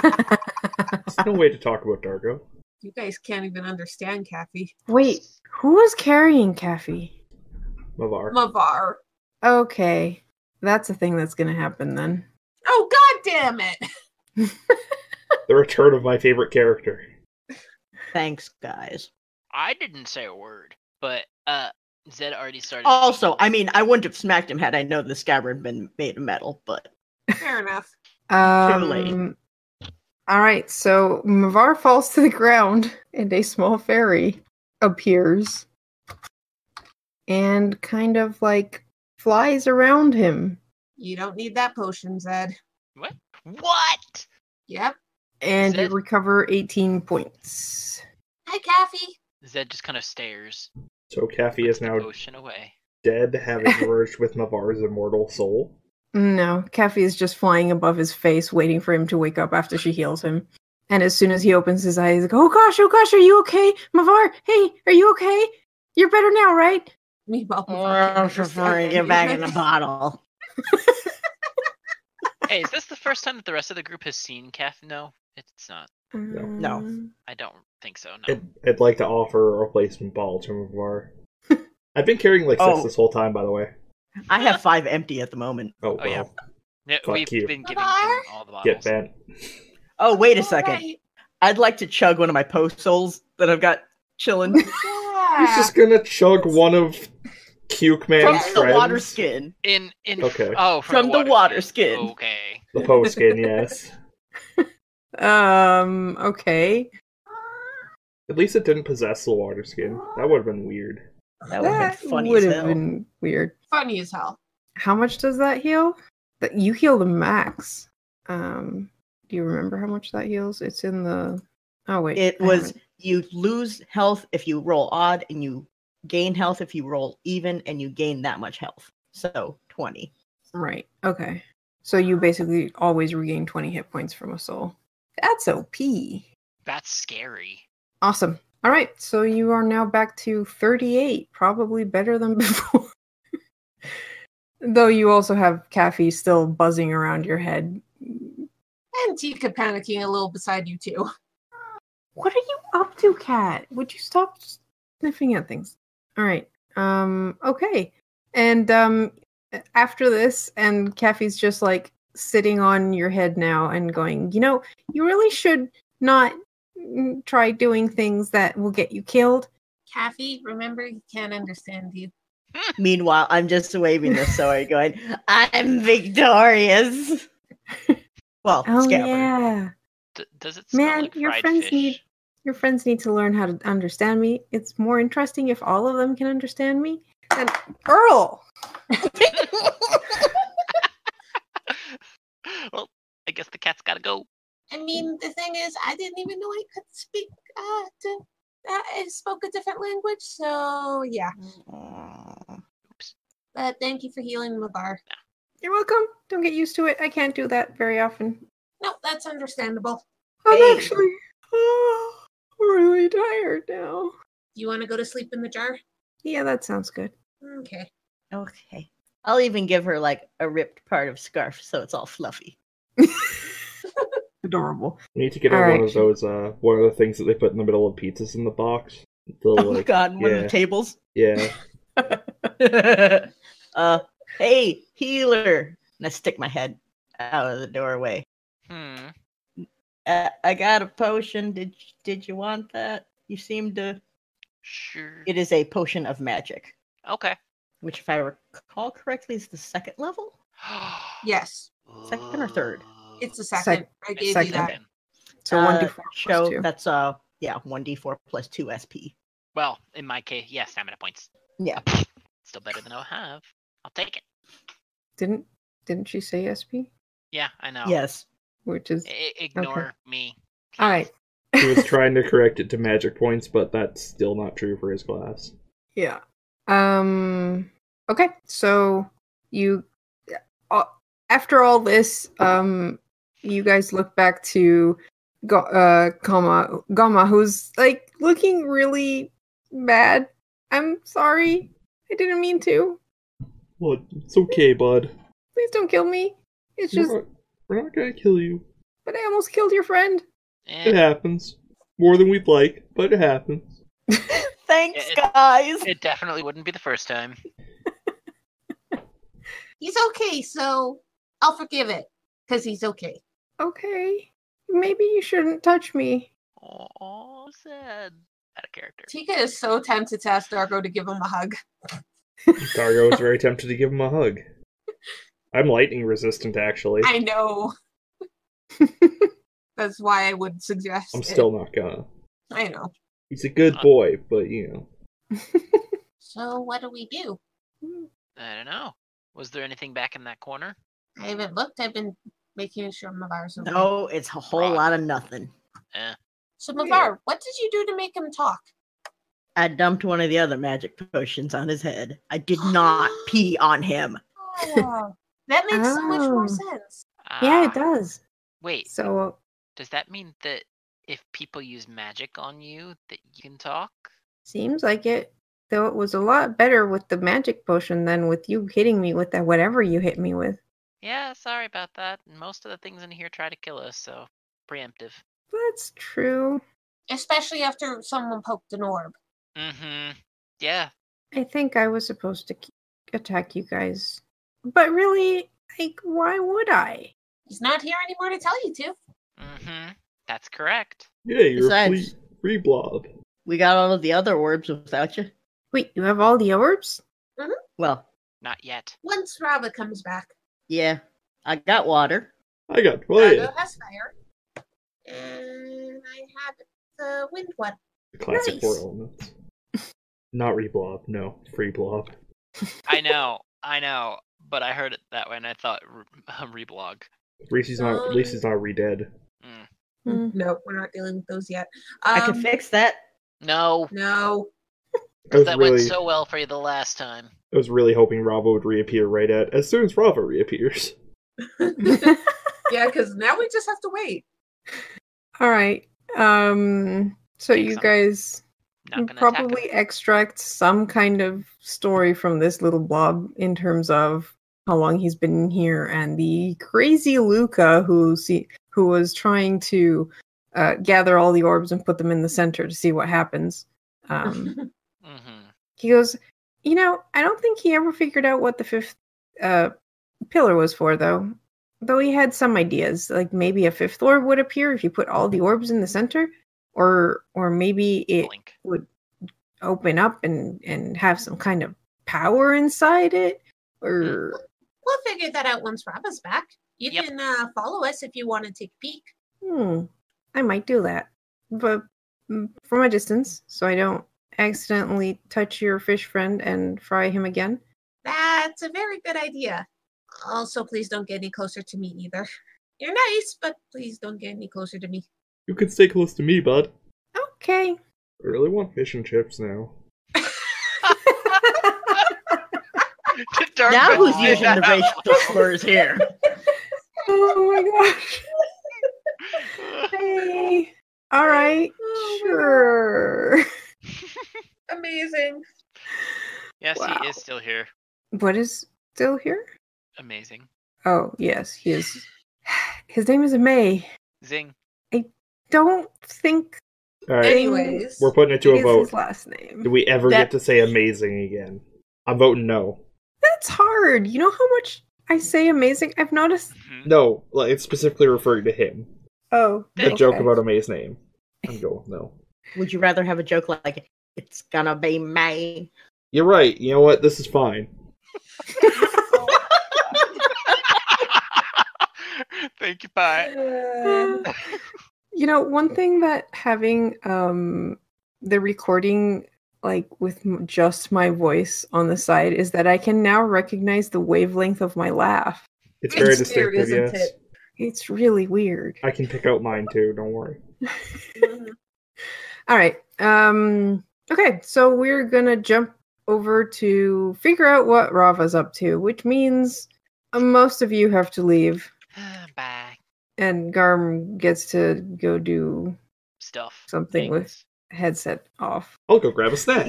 S2: There's no way to talk about Dargo.
S4: You guys can't even understand Kathy.
S1: Wait, who was carrying Kathy?
S2: Mavar.
S4: Mavar.
S1: Okay, that's a thing that's gonna happen then.
S4: Oh god damn it!
S2: The return of my favorite character.
S3: Thanks, guys.
S5: I didn't say a word, but uh, Zed already started.
S3: Also, I mean, I wouldn't have smacked him had I known the scabbard had been made of metal, but
S4: Fair enough.
S3: Totally.
S1: Um, all right, so Mavar falls to the ground, and a small fairy appears and kind of like flies around him.
S4: You don't need that potion, Zed.
S5: What? What?
S4: Yep.
S1: And you
S5: Zed-
S1: recover 18 points.
S4: Hi, Kathy.
S5: Zed just kind of stares.
S2: So Kathy is
S5: puts the
S2: now
S5: potion away.
S2: dead, having merged with Mavar's immortal soul.
S1: No, Kathy is just flying above his face, waiting for him to wake up after she heals him. And as soon as he opens his eyes, he's like, oh gosh, oh gosh, are you okay? Mavar, hey, are you okay? You're better now, right?
S4: Meatball.
S3: Oh, I'm preferring to get back in the bottle.
S5: Hey, is this the first time that the rest of the group has seen Kath? No, it's not.
S3: No.
S1: Um,
S5: I don't think so. No.
S2: I'd, I'd like to offer a replacement bottle to Mavar. I've been carrying like six
S3: Oh.
S2: this whole time, by the way.
S3: I have five empty at the moment.
S2: Oh,
S5: Oh, yeah.
S2: well.
S5: Yeah,
S2: fuck
S5: we've
S2: you.
S5: been giving him
S4: Lamar?
S5: all the
S2: Get
S5: bottles.
S2: bent.
S3: Oh, wait a second. I'd like to chug one of my post souls that I've got chilling.
S2: He's
S4: Yeah.
S2: just gonna chug one of Cuke
S3: Ah. from
S2: Man's
S3: the
S2: friends.
S3: water skin.
S5: In in
S2: Okay.
S5: oh
S3: From the water skin.
S5: Okay.
S2: The Poe skin, yes.
S1: um, okay.
S2: At least it didn't possess the water skin. That would have been weird.
S3: That would have been funny
S1: would
S3: as
S1: have
S3: hell.
S1: been weird.
S4: Funny as hell.
S1: How much does that heal? That you heal the max. Um, do you remember how much that heals? It's in the. Oh wait,
S3: It
S1: I
S3: was
S1: haven't.
S3: you lose health if you roll odd, and you gain health if you roll even, and you gain that much health. So twenty.
S1: right. Okay, so you basically always regain twenty hit points from a soul. That's OP.
S5: That's scary.
S1: Awesome. All right, so you are now back to thirty-eight, probably better than before. Though you also have Kathy still buzzing around your head.
S4: And Tika panicking a little beside you too.
S1: What are you up to, Cat? Would you stop sniffing at things? All right. Um. Okay. And um, after this, and Kathy's just like sitting on your head now and going, you know, you really should not mm, try doing things that will get you killed.
S4: Kathy, remember he can't understand you.
S3: Meanwhile, I'm just waving this sword, going, "I'm victorious." well,
S1: Oh
S3: scabbard.
S1: yeah.
S5: D- does it smell
S1: Man,
S5: like
S1: your
S5: fried
S1: friends
S5: fish?
S1: need- Your friends need to learn how to understand me. It's more interesting if all of them can understand me. And Earl.
S5: well, I guess the cat's gotta go.
S4: I mean, the thing is, I didn't even know I could speak. Uh, to, uh, I spoke a different language, so yeah.
S3: Aw.
S4: But thank you for healing Mavar.
S1: You're welcome. Don't get used to it. I can't do that very often.
S4: No, that's understandable.
S3: Hey.
S1: I'm actually oh, really tired now.
S4: You want to go to sleep in the jar?
S1: Yeah, that sounds good.
S4: Okay.
S3: Okay, I'll even give her like a ripped part of scarf, so it's all fluffy.
S1: Adorable.
S2: We need to get her
S1: Alright.
S2: one of those, uh, one of the things that they put in the middle of pizzas in the box. The,
S3: Oh my
S2: like,
S3: god, one of
S2: yeah.
S3: the tables.
S2: yeah.
S3: uh, hey, healer. And I stick my head out of the doorway.
S5: Hmm.
S3: Uh, I got a potion. Did did you want that? You seem to.
S5: Sure.
S3: It is a potion of magic,
S5: Okay.
S3: which, if I recall correctly, is the second level.
S4: Yes,
S3: Second or third?
S4: it's a second.
S1: Sec-
S4: I gave
S1: second.
S4: you that.
S1: So
S3: Uh,
S1: one to four
S3: Show
S1: plus two.
S3: that's uh yeah one d four plus two sp.
S5: Well, in my case, yeah, stamina points.
S3: Yeah.
S5: Still better than I have. I'll take it.
S1: Didn't didn't she say SP?
S5: Yeah, I know.
S3: Yes.
S1: Which is
S5: I- ignore me.
S1: all right.
S2: He was trying to correct it to magic points, but that's still not true for his class.
S1: Yeah. Um. Okay. So you, uh, after all this, um, you guys look back to, Go- uh, Gama, Gama, who's like looking really bad. I'm sorry. I didn't mean to.
S2: Well, it's okay, bud.
S1: Please don't kill me. It's just,
S2: We're not, we're not gonna kill you.
S1: but I almost killed your friend.
S5: Eh,
S2: It happens. More than we'd like, but it happens.
S3: Thanks,
S5: It-
S3: guys.
S5: it definitely wouldn't be the first time.
S4: He's okay, so I'll forgive it because he's okay.
S1: Okay. Maybe you shouldn't touch me.
S5: Oh, sad. out of character.
S4: Tika is so tempted to ask Dargo to give him a hug.
S2: Dargo is very tempted to give him a hug. I'm lightning resistant, actually.
S4: I know. That's why I would suggest.
S2: I'm
S4: it.
S2: still not gonna.
S4: I know.
S2: He's a good boy, but you know.
S4: So what do we do?
S5: I don't know. Was there anything back in that corner?
S4: I haven't looked. I've been making sure Mavar's okay.
S3: No, it's a whole
S5: Right.
S3: lot of nothing.
S4: So Mavar, what did you do to make him talk?
S3: I dumped one of the other magic potions on his head. I did not pee on him.
S4: Oh, that makes so much
S1: Oh.
S4: more sense.
S1: Yeah, it
S5: Ah,
S1: does.
S5: Wait,
S1: So
S5: does that mean that if people use magic on you, that you can talk?
S1: seems like it. Though it was a lot better with the magic potion than with you hitting me with that whatever you hit me with.
S5: Yeah, sorry about that. Most of the things in here try to kill us, so preemptive.
S1: That's true.
S4: Especially after someone poked an orb.
S5: Mm-hmm. Yeah.
S1: I think I was supposed to k- attack you guys. But really, like, why would I?
S4: He's not here anymore to tell you to.
S5: Mm-hmm. That's correct.
S2: Yeah, you're a flea,
S3: Besides-
S2: free blob.
S3: We got all of the other orbs without you.
S1: Wait, you have all the orbs?
S3: Well,
S5: Not yet.
S4: Once Rava comes back,
S3: yeah, I got water.
S2: I got
S4: Rava
S2: played.
S4: has fire. And I had the wind one.
S2: Classic four
S1: Nice.
S2: elements. Not reblob, no, free blob.
S5: I know. I know. But I heard it that way, and I thought re- um, reblog.
S2: Reese's not.
S4: Um,
S2: Reese's not re-dead.
S5: Mm.
S1: Hmm.
S4: No, we're not dealing with those yet.
S3: I can
S4: Um,
S3: fix that.
S5: No,
S4: No.
S2: I was
S5: that
S2: really,
S5: went so well for you the last time.
S2: I was really hoping Rava would reappear right at as soon as Rava reappears.
S4: Yeah, because now we just have to wait.
S1: all right. Um, so
S5: Think
S1: you
S5: so.
S1: guys
S5: Not gonna attack 'em.
S1: Mm, probably extract some kind of story from this little blob in terms of how long he's been here and the crazy Luca who see who was trying to uh, gather all the orbs and put them in the center to see what happens. Um,
S5: Mm-hmm.
S1: he goes, you know, I don't think he ever figured out what the fifth uh, pillar was for, though. Though he had some ideas, like maybe a fifth orb would appear if you put all the orbs in the center, or or maybe it
S5: Blink.
S1: would open up and and have some kind of power inside it or
S4: We'll figure that out once Rava's back. You
S5: Yep.
S4: can uh, follow us if you want to take a peek.
S1: hmm, i might do that but mm, from a distance so i don't accidentally touch your fish friend and fry him again
S4: That's a very good idea. Also, please don't get any closer to me either. You're nice, but please don't get any closer to me.
S2: You can stay close to me, bud.
S1: okay
S2: I really want fish and chips now.
S5: Dark
S3: Now
S5: Gold
S3: who's
S5: did
S3: using the
S5: that.
S3: racial slurs here?
S1: oh my gosh hey all right
S4: Oh my God.
S1: sure
S4: Amazing.
S5: yes,
S1: Wow.
S5: he is still here.
S1: what is still here
S5: Amazing.
S1: oh yes he is his name is may
S5: Zing.
S1: don't think
S2: All right,
S4: Anyways,
S2: we're putting it to
S1: it
S2: a
S1: is
S2: vote.
S1: his last
S2: Do
S1: name
S2: we ever
S3: That-
S2: get to say amazing again? I'm voting no.
S1: That's hard. You know how much I say amazing? I've noticed.
S5: Mhm.
S2: No, like it's specifically referring to him.
S1: Oh,
S2: The joke
S1: okay.
S2: about Amay's name. I'm going with no.
S3: Would you rather have a joke like "It's gonna be May"?
S2: You're right. You know what? This is fine.
S5: Thank you, bye.
S1: Uh, you know, one thing that having um the recording like with m- just my voice on the side is that I can now recognize the wavelength of my laugh.
S2: It's
S4: It's
S2: very
S4: weird,
S2: distinctive.
S4: isn't
S2: yes,
S4: it?
S1: It's really weird.
S2: I can pick out mine too. Don't worry.
S1: All right. Um okay, so we're going to jump over to figure out what Rava's up to, which means uh, most of you have to leave.
S5: bye.
S1: and Garm gets to go do
S5: Stuff.
S1: Something with-
S5: Things.
S1: headset off.
S2: I'll go grab a snack.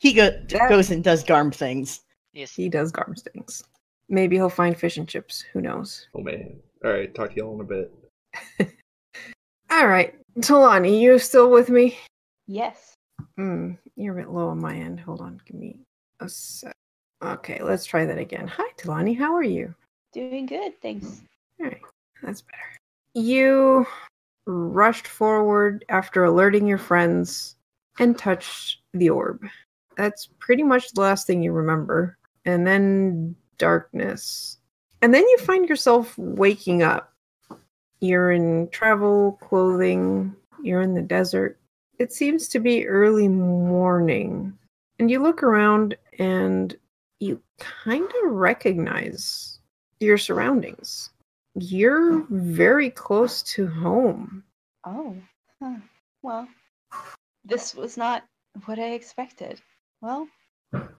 S3: He go-
S1: That-
S3: goes and does Garm things.
S5: Yes.
S1: He does Garm's things. Maybe he'll find fish and chips. Who knows?
S2: Oh man. All right. Talk to y'all in a bit.
S1: All right, Talani, you still with me?
S6: Yes.
S1: Mm, you're a bit low on my end. Hold on, give me a sec. Okay, let's try that again. Hi, Talani. How are you?
S6: Doing good. Thanks.
S1: All right, that's better. You rushed forward after alerting your friends and touched the orb. That's pretty much the last thing you remember. And then darkness. And then you find yourself waking up. You're in travel clothing, you're in the desert. It seems to be early morning. And you look around and you kind of recognize your surroundings. You're very close to home.
S6: Oh, huh. well, this was not what I expected. Well,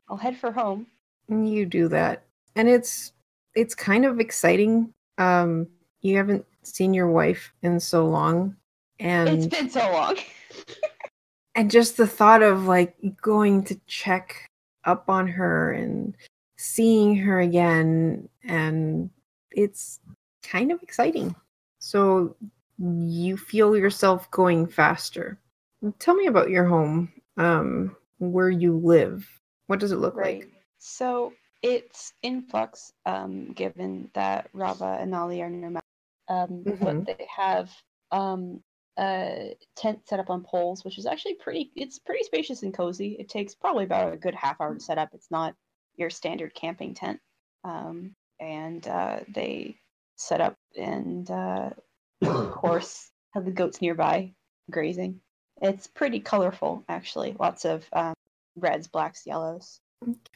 S6: I'll head for home.
S1: And you do that and it's it's kind of exciting um you haven't seen your wife in so long
S6: It's
S1: and
S6: been so long.
S1: and just the thought of like going to check up on her and seeing her again and it's kind of exciting so you feel yourself going faster tell me about your home um where you live what does it look like
S6: So it's in flux, um, given that Rava and Nali are nomadic. Um,
S1: Mhm.
S6: What they have um, a tent set up on poles, which is actually pretty. It's pretty spacious and cozy. It takes probably about a good half hour to set up. It's not your standard camping tent. Um, and uh, they set up and, uh, of course, have the goats nearby grazing. It's pretty colorful, actually. Lots of um, reds, blacks, yellows.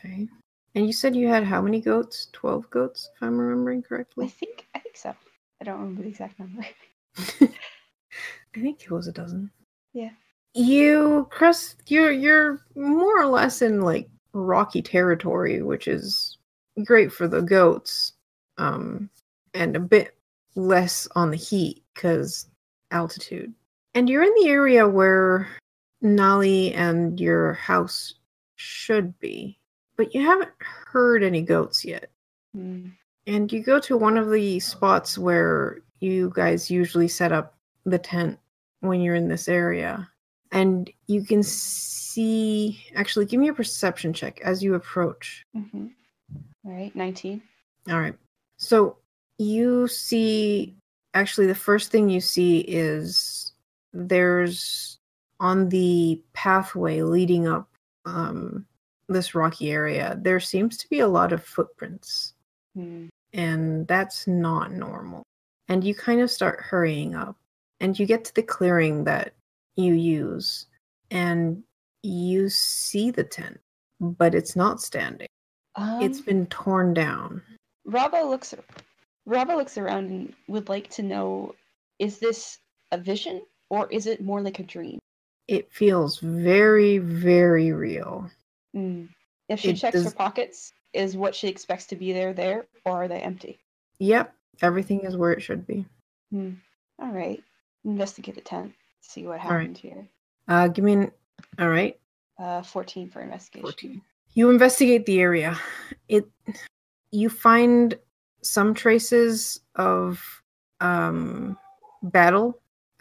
S1: Okay. And you said you had how many goats? 12 goats, if I'm remembering
S6: I
S1: correctly.
S6: think I think so. I don't remember the exact number.
S1: I think it was a dozen.
S6: Yeah.
S1: You crest you're you're more or less in like rocky territory, which is great for the goats. Um and a bit less on the heat cuz altitude. And you're in the area where Nali and your house should be, but you haven't heard any goats yet. Hmm. And you go to one of the spots where you guys usually set up the tent when you're in this area. And you can see. Actually, give me a perception check as you approach.
S6: Mm-hmm. All right, nineteen.
S1: All right. So you see. Actually, the first thing you see is there's on the pathway leading up um, this rocky area, there seems to be a lot of footprints.
S6: Hmm.
S1: and that's not normal. And you kind of start hurrying up, and you get to the clearing that you use, and you see the tent, but it's not standing.
S6: Um,
S1: it's been torn down.
S6: Rava looks. Rava looks around and would like to know: Is this a vision or is it more like a dream?
S1: It feels very, very real.
S6: Mm. If she
S1: Hmm. It
S6: checks
S1: does-
S6: her pockets, is what she expects to be there there, or are they empty?
S1: Yep, everything is where it should be.
S6: Hmm. All right, investigate the tent. See what
S1: right.
S6: happened here.
S1: Uh, give me an. All right,
S6: Uh, fourteen for investigation.
S1: 14. You investigate the area. It you find some traces of um battle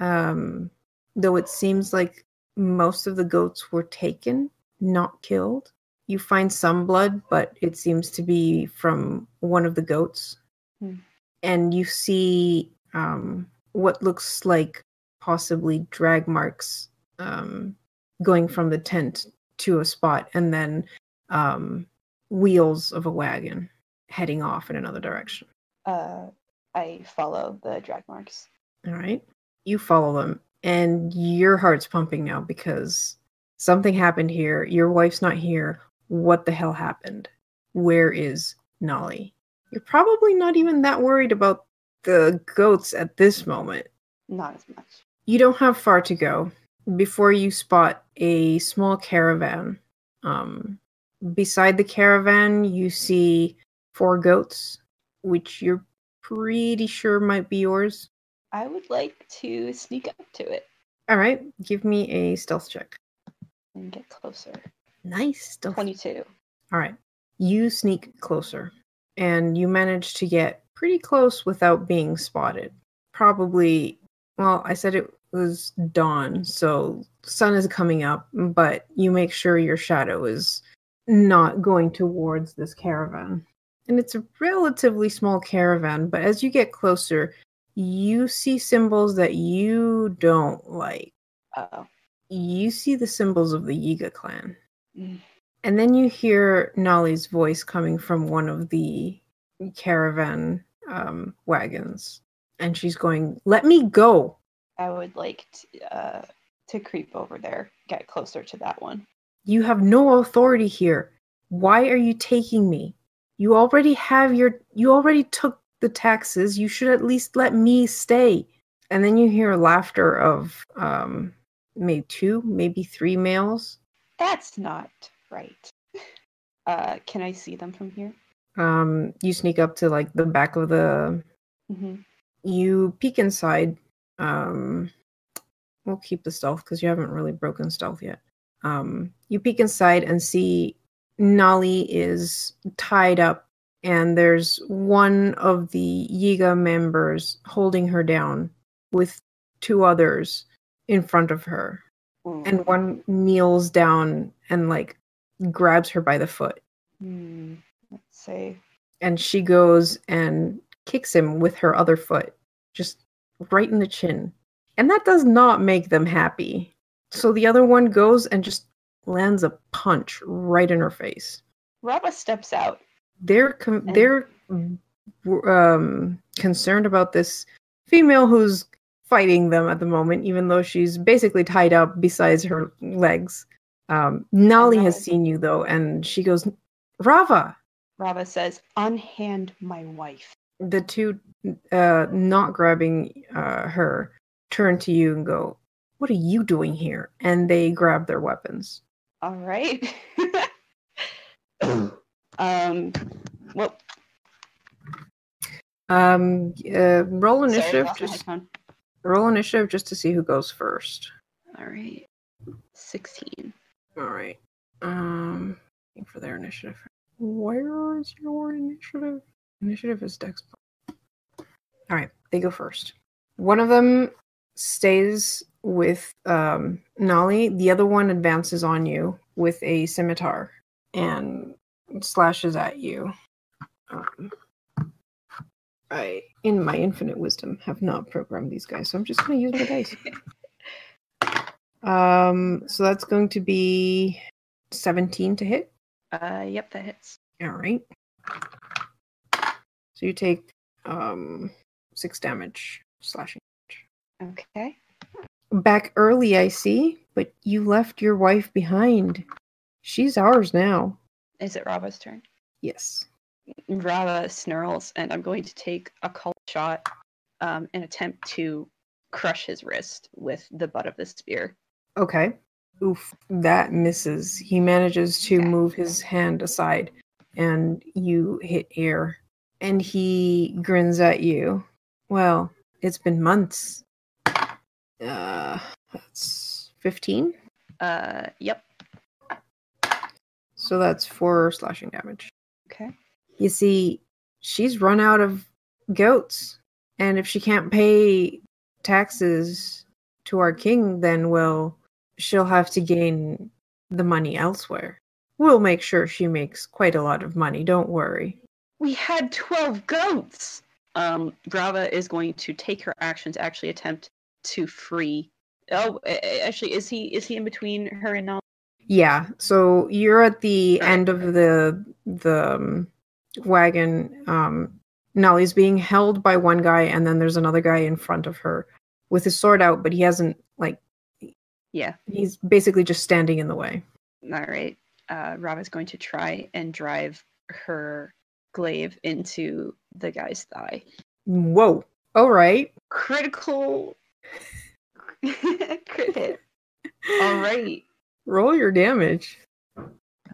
S1: um though it seems like most of the goats were taken, not killed. You find some blood, but it seems to be from one of the goats.
S6: Hmm.
S1: And you see um what looks like possibly drag marks um going from the tent to a spot and then um, wheels of a wagon heading off in another direction.
S6: Uh, I follow the drag marks.
S1: All right. You follow them, and your heart's pumping now because something happened here. Your wife's not here. What the hell happened? Where is Nolly? You're probably not even that worried about the goats at this moment.
S6: Not as much.
S1: You don't have far to go before you spot a small caravan. Um, beside the caravan, you see four goats, which you're pretty sure might be yours.
S6: I would like to sneak up to it
S1: All right, give me a stealth check.
S6: and get closer.
S1: Nice stealth.
S6: 22.
S1: All right, you sneak closer, and you manage to get pretty close without being spotted. Probably, well, I said it was dawn, so sun is coming up, but you make sure your shadow is not going towards this caravan. And it's a relatively small caravan, but as you get closer, you see symbols that you don't like
S6: Uh-oh.
S1: you see the symbols of the Yiga clan.
S6: Mm.
S1: And then you hear Nolly's voice coming from one of the caravan um, wagons. And she's going, Let me go.
S6: I would like to, uh, to creep over there, get closer to that one.
S1: You have no authority here. Why are you taking me? You already have your you already took the taxes. You should at least let me stay. And then you hear laughter of um maybe two, maybe three males.
S6: That's not right. Uh, can I see them from here?
S1: Um you sneak up to like the back of the
S6: hmm
S1: you peek inside. Um we'll keep the stealth because you haven't really broken stealth yet. Um you peek inside and see Nolly is tied up, and there's one of the Yiga members holding her down with two others in front of her. And one kneels down and, like, grabs her by the foot.
S6: Hmm. Let's see.
S1: And she goes and kicks him with her other foot, just right in the chin. And that does not make them happy. So the other one goes and just lands a punch right in her face.
S6: Raba steps out.
S1: they're com-
S6: And-
S1: they're um concerned about this female who's fighting them at the moment even though she's basically tied up besides her legs um nali
S6: Rava-
S1: has seen you though and she goes rava
S6: Rava says, "Unhand my wife."
S1: the two uh not grabbing uh her turn to you and go what are you doing here and they grab their weapons
S6: All right. um. Well,
S1: um uh, roll
S6: sorry,
S1: initiative
S6: lost my
S1: just
S6: headphone.
S1: roll initiative just to see who goes first
S6: All right. Sixteen.
S1: All right. Um, looking for their initiative. Where is your initiative? Initiative is dex. All right, they go first. One of them stays with um, Nolly. The other one advances on you with a scimitar and slashes at you. Um, I, in my infinite wisdom, have not programmed these guys, so I'm just going to use my dice. Um, so that's going to be 17 to hit.
S6: Uh. Yep, that hits.
S1: All right. So you take um six damage slashing.
S6: Okay.
S1: Back early, I see, but you left your wife behind. She's ours now.
S6: Is it Rava's turn?
S1: Yes.
S6: Rava snarls, and I'm going to take a cult shot um, and attempt to crush his wrist with the butt of the spear.
S1: Okay. Oof, that misses. He manages to
S6: Okay.
S1: move his hand aside and you hit air. And he grins at you. Well, it's been months. Uh, that's 15.
S6: Uh, yep.
S1: So that's four slashing damage.
S6: Okay.
S1: You see, she's run out of goats. And if she can't pay taxes to our king, then well, she'll have to gain the money elsewhere. We'll make sure she makes quite a lot of money, don't worry.
S6: We had 12 goats! Um, Rava is going to take her action to actually attempt to free. Oh, a- a- actually, is he is he in between her and Nala?
S1: Yeah, so you're at the
S6: Alright.
S1: end of the the um, wagon. Um, Nolly's being held by one guy, and then there's another guy in front of her with his sword out, but he hasn't like
S6: Yeah.
S1: he's basically just standing in the way.
S6: All right. Uh, Rava's going to try and drive her glaive into the guy's thigh.
S1: Whoa! All right,
S6: critical crit hit. All right.
S1: roll your damage.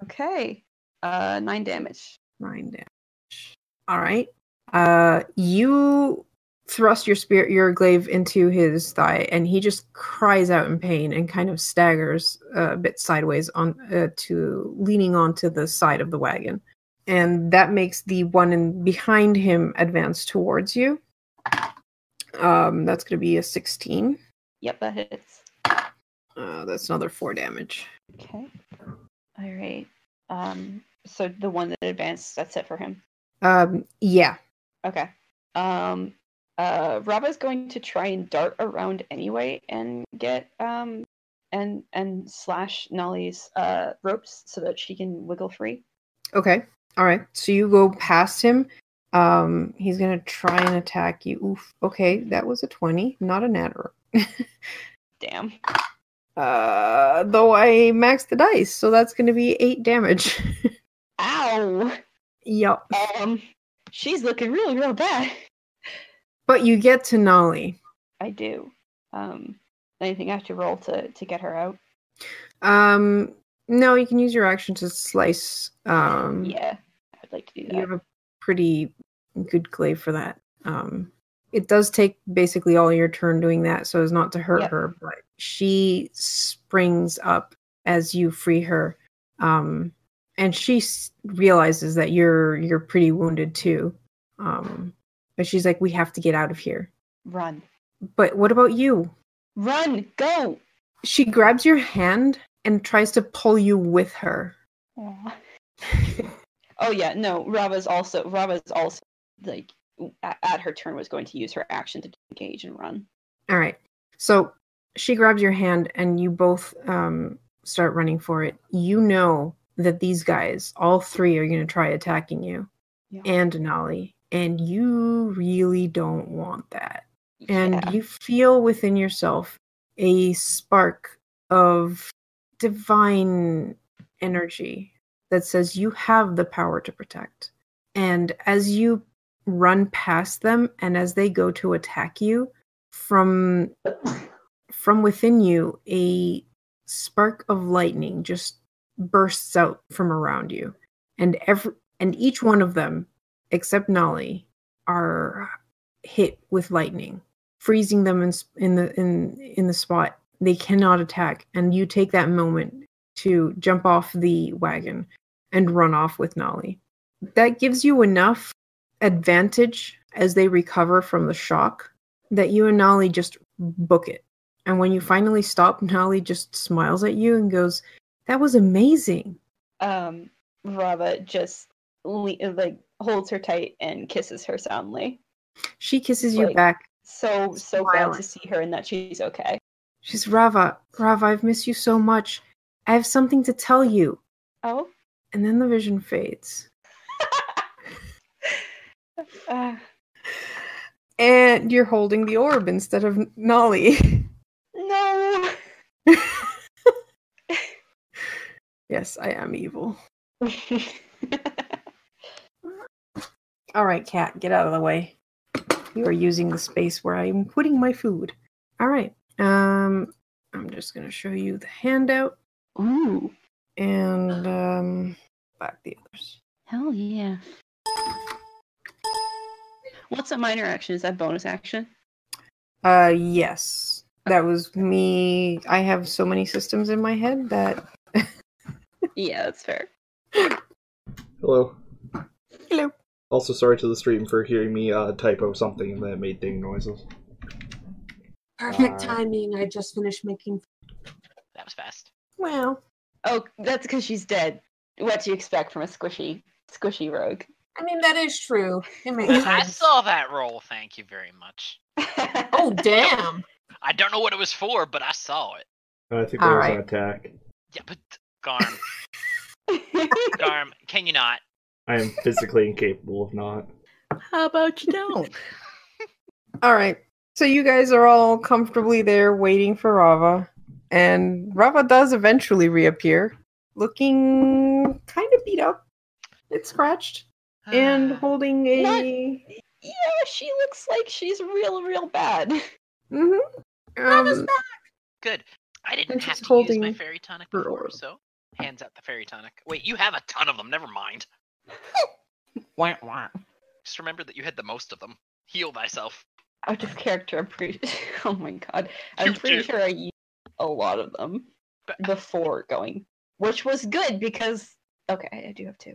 S6: Okay. Uh, nine damage.
S1: Nine damage. All right. Uh, you thrust your spear, your glaive into his thigh, and he just cries out in pain and kind of staggers uh, a bit sideways on uh, to leaning onto the side of the wagon, and that makes the one in behind him advance towards you. Um, that's going to be a sixteen.
S6: Yep, that hits.
S1: Uh, that's another four damage.
S6: Okay. All right. Um, so the one that advanced, that's it for him.
S1: Um, yeah.
S6: Okay. Um, uh, Rava's going to try and dart around anyway and get um and and slash Nolly's uh, ropes so that she can wiggle free.
S1: Okay. All right. So you go past him. Um, he's gonna try and attack you. Oof. Okay, that was a twenty, not an error.
S6: Damn.
S1: Uh, though I maxed the dice, so that's gonna be eight damage.
S6: Ow.
S1: yep.
S6: Um, she's looking really real bad.
S1: But you get to Nolly.
S6: I do. Um, anything I have to roll to to get her out?
S1: Um, no, you can use your action to slice. Um,
S6: Yeah, I'd like to do
S1: you
S6: that.
S1: have a pretty good glaive for that. Um, it does take basically all your turn doing that, so as not to hurt
S6: Yep.
S1: her. But she springs up as you free her, um, and she s- realizes that you're you're pretty wounded too. Um, but she's like, "We have to get out of here."
S6: Run,
S1: But what about you?
S6: run, go.
S1: She grabs your hand and tries to pull you with her.
S6: Aw. oh yeah, no. Rava's also Rava's also like at, at her turn was going to use her action to engage and run.
S1: All right. So she grabs your hand and you both um, start running for it. You know that these guys, all three, are going to try attacking you
S6: Yeah.
S1: and Nolly, and you really don't want that. And
S6: yeah.
S1: you feel within yourself a spark of divine energy that says you have the power to protect. And as you run past them and as they go to attack you, from from within you a spark of lightning just bursts out from around you and every and each one of them except Nolly are hit with lightning freezing them in s- in the in in the spot they cannot attack and you take that moment to jump off the wagon and run off with Nolly that gives you enough advantage as they recover from the shock that you and Nolly just book it. And when you finally stop, Nolly just smiles at you and goes, That was amazing.
S6: um, Rava just le- like holds her tight and kisses her soundly.
S1: She kisses you
S6: Like-
S1: back.
S6: So so glad
S1: Smiling.
S6: to see her and that she's okay.
S1: She's Rava, Rava, I've missed you so much. I have something to tell you.
S6: Oh,
S1: And then the vision fades.
S6: uh,
S1: And you're holding the orb instead of Nolly.
S6: no.
S1: yes, I am evil. All right, cat, get out of the way. You are using the space where I'm putting my food. All right. Um, I'm just gonna show you the handout
S6: Ooh,
S1: and um, back the others.
S6: hell yeah. What's a minor action? Is that bonus action?
S1: Uh, yes, that was me. I have so many systems in my head that
S6: Yeah, that's fair.
S2: Hello.
S1: Hello.
S2: Also, sorry to the stream for hearing me uh, typo something that made ding noises.
S4: Perfect
S2: Uh,
S4: timing. I just finished making.
S5: That was fast.
S1: well,
S6: Oh, that's because she's dead. What do you expect from a squishy, squishy rogue?
S4: I mean, that is true. It makes
S5: I
S4: sense.
S5: saw that roll. Thank you very much.
S4: Oh, damn.
S5: I don't know what it was for, but I saw it.
S2: I think
S1: All
S2: that was an
S1: right.
S2: attack.
S5: Yeah, but Garm, Garm, can you not?
S2: I am physically incapable of not.
S3: How about you don't?
S1: all right. So you guys are all comfortably there waiting for Rava, and Rava does eventually reappear, looking kind of beat up. It's scratched.
S5: Uh,
S1: and holding a
S6: yeah, she looks like she's real, real bad.
S1: Mhm.
S4: Rava's
S1: Um,
S4: back.
S5: Good. I didn't
S1: And
S5: have
S1: she's
S5: to use my
S1: holding
S5: fairy tonic
S1: her
S5: before,
S1: orb.
S5: so hands out the fairy tonic. Wait, you have a ton of them. Never mind.
S3: Wah, wah.
S5: Just remember that you had the most of them. Heal thyself.
S6: Out of character, I'm pretty. Oh my god, I'm
S5: You
S6: pretty
S5: do.
S6: sure I used a lot of them
S5: But-
S6: before going, which was good because okay, I do have two.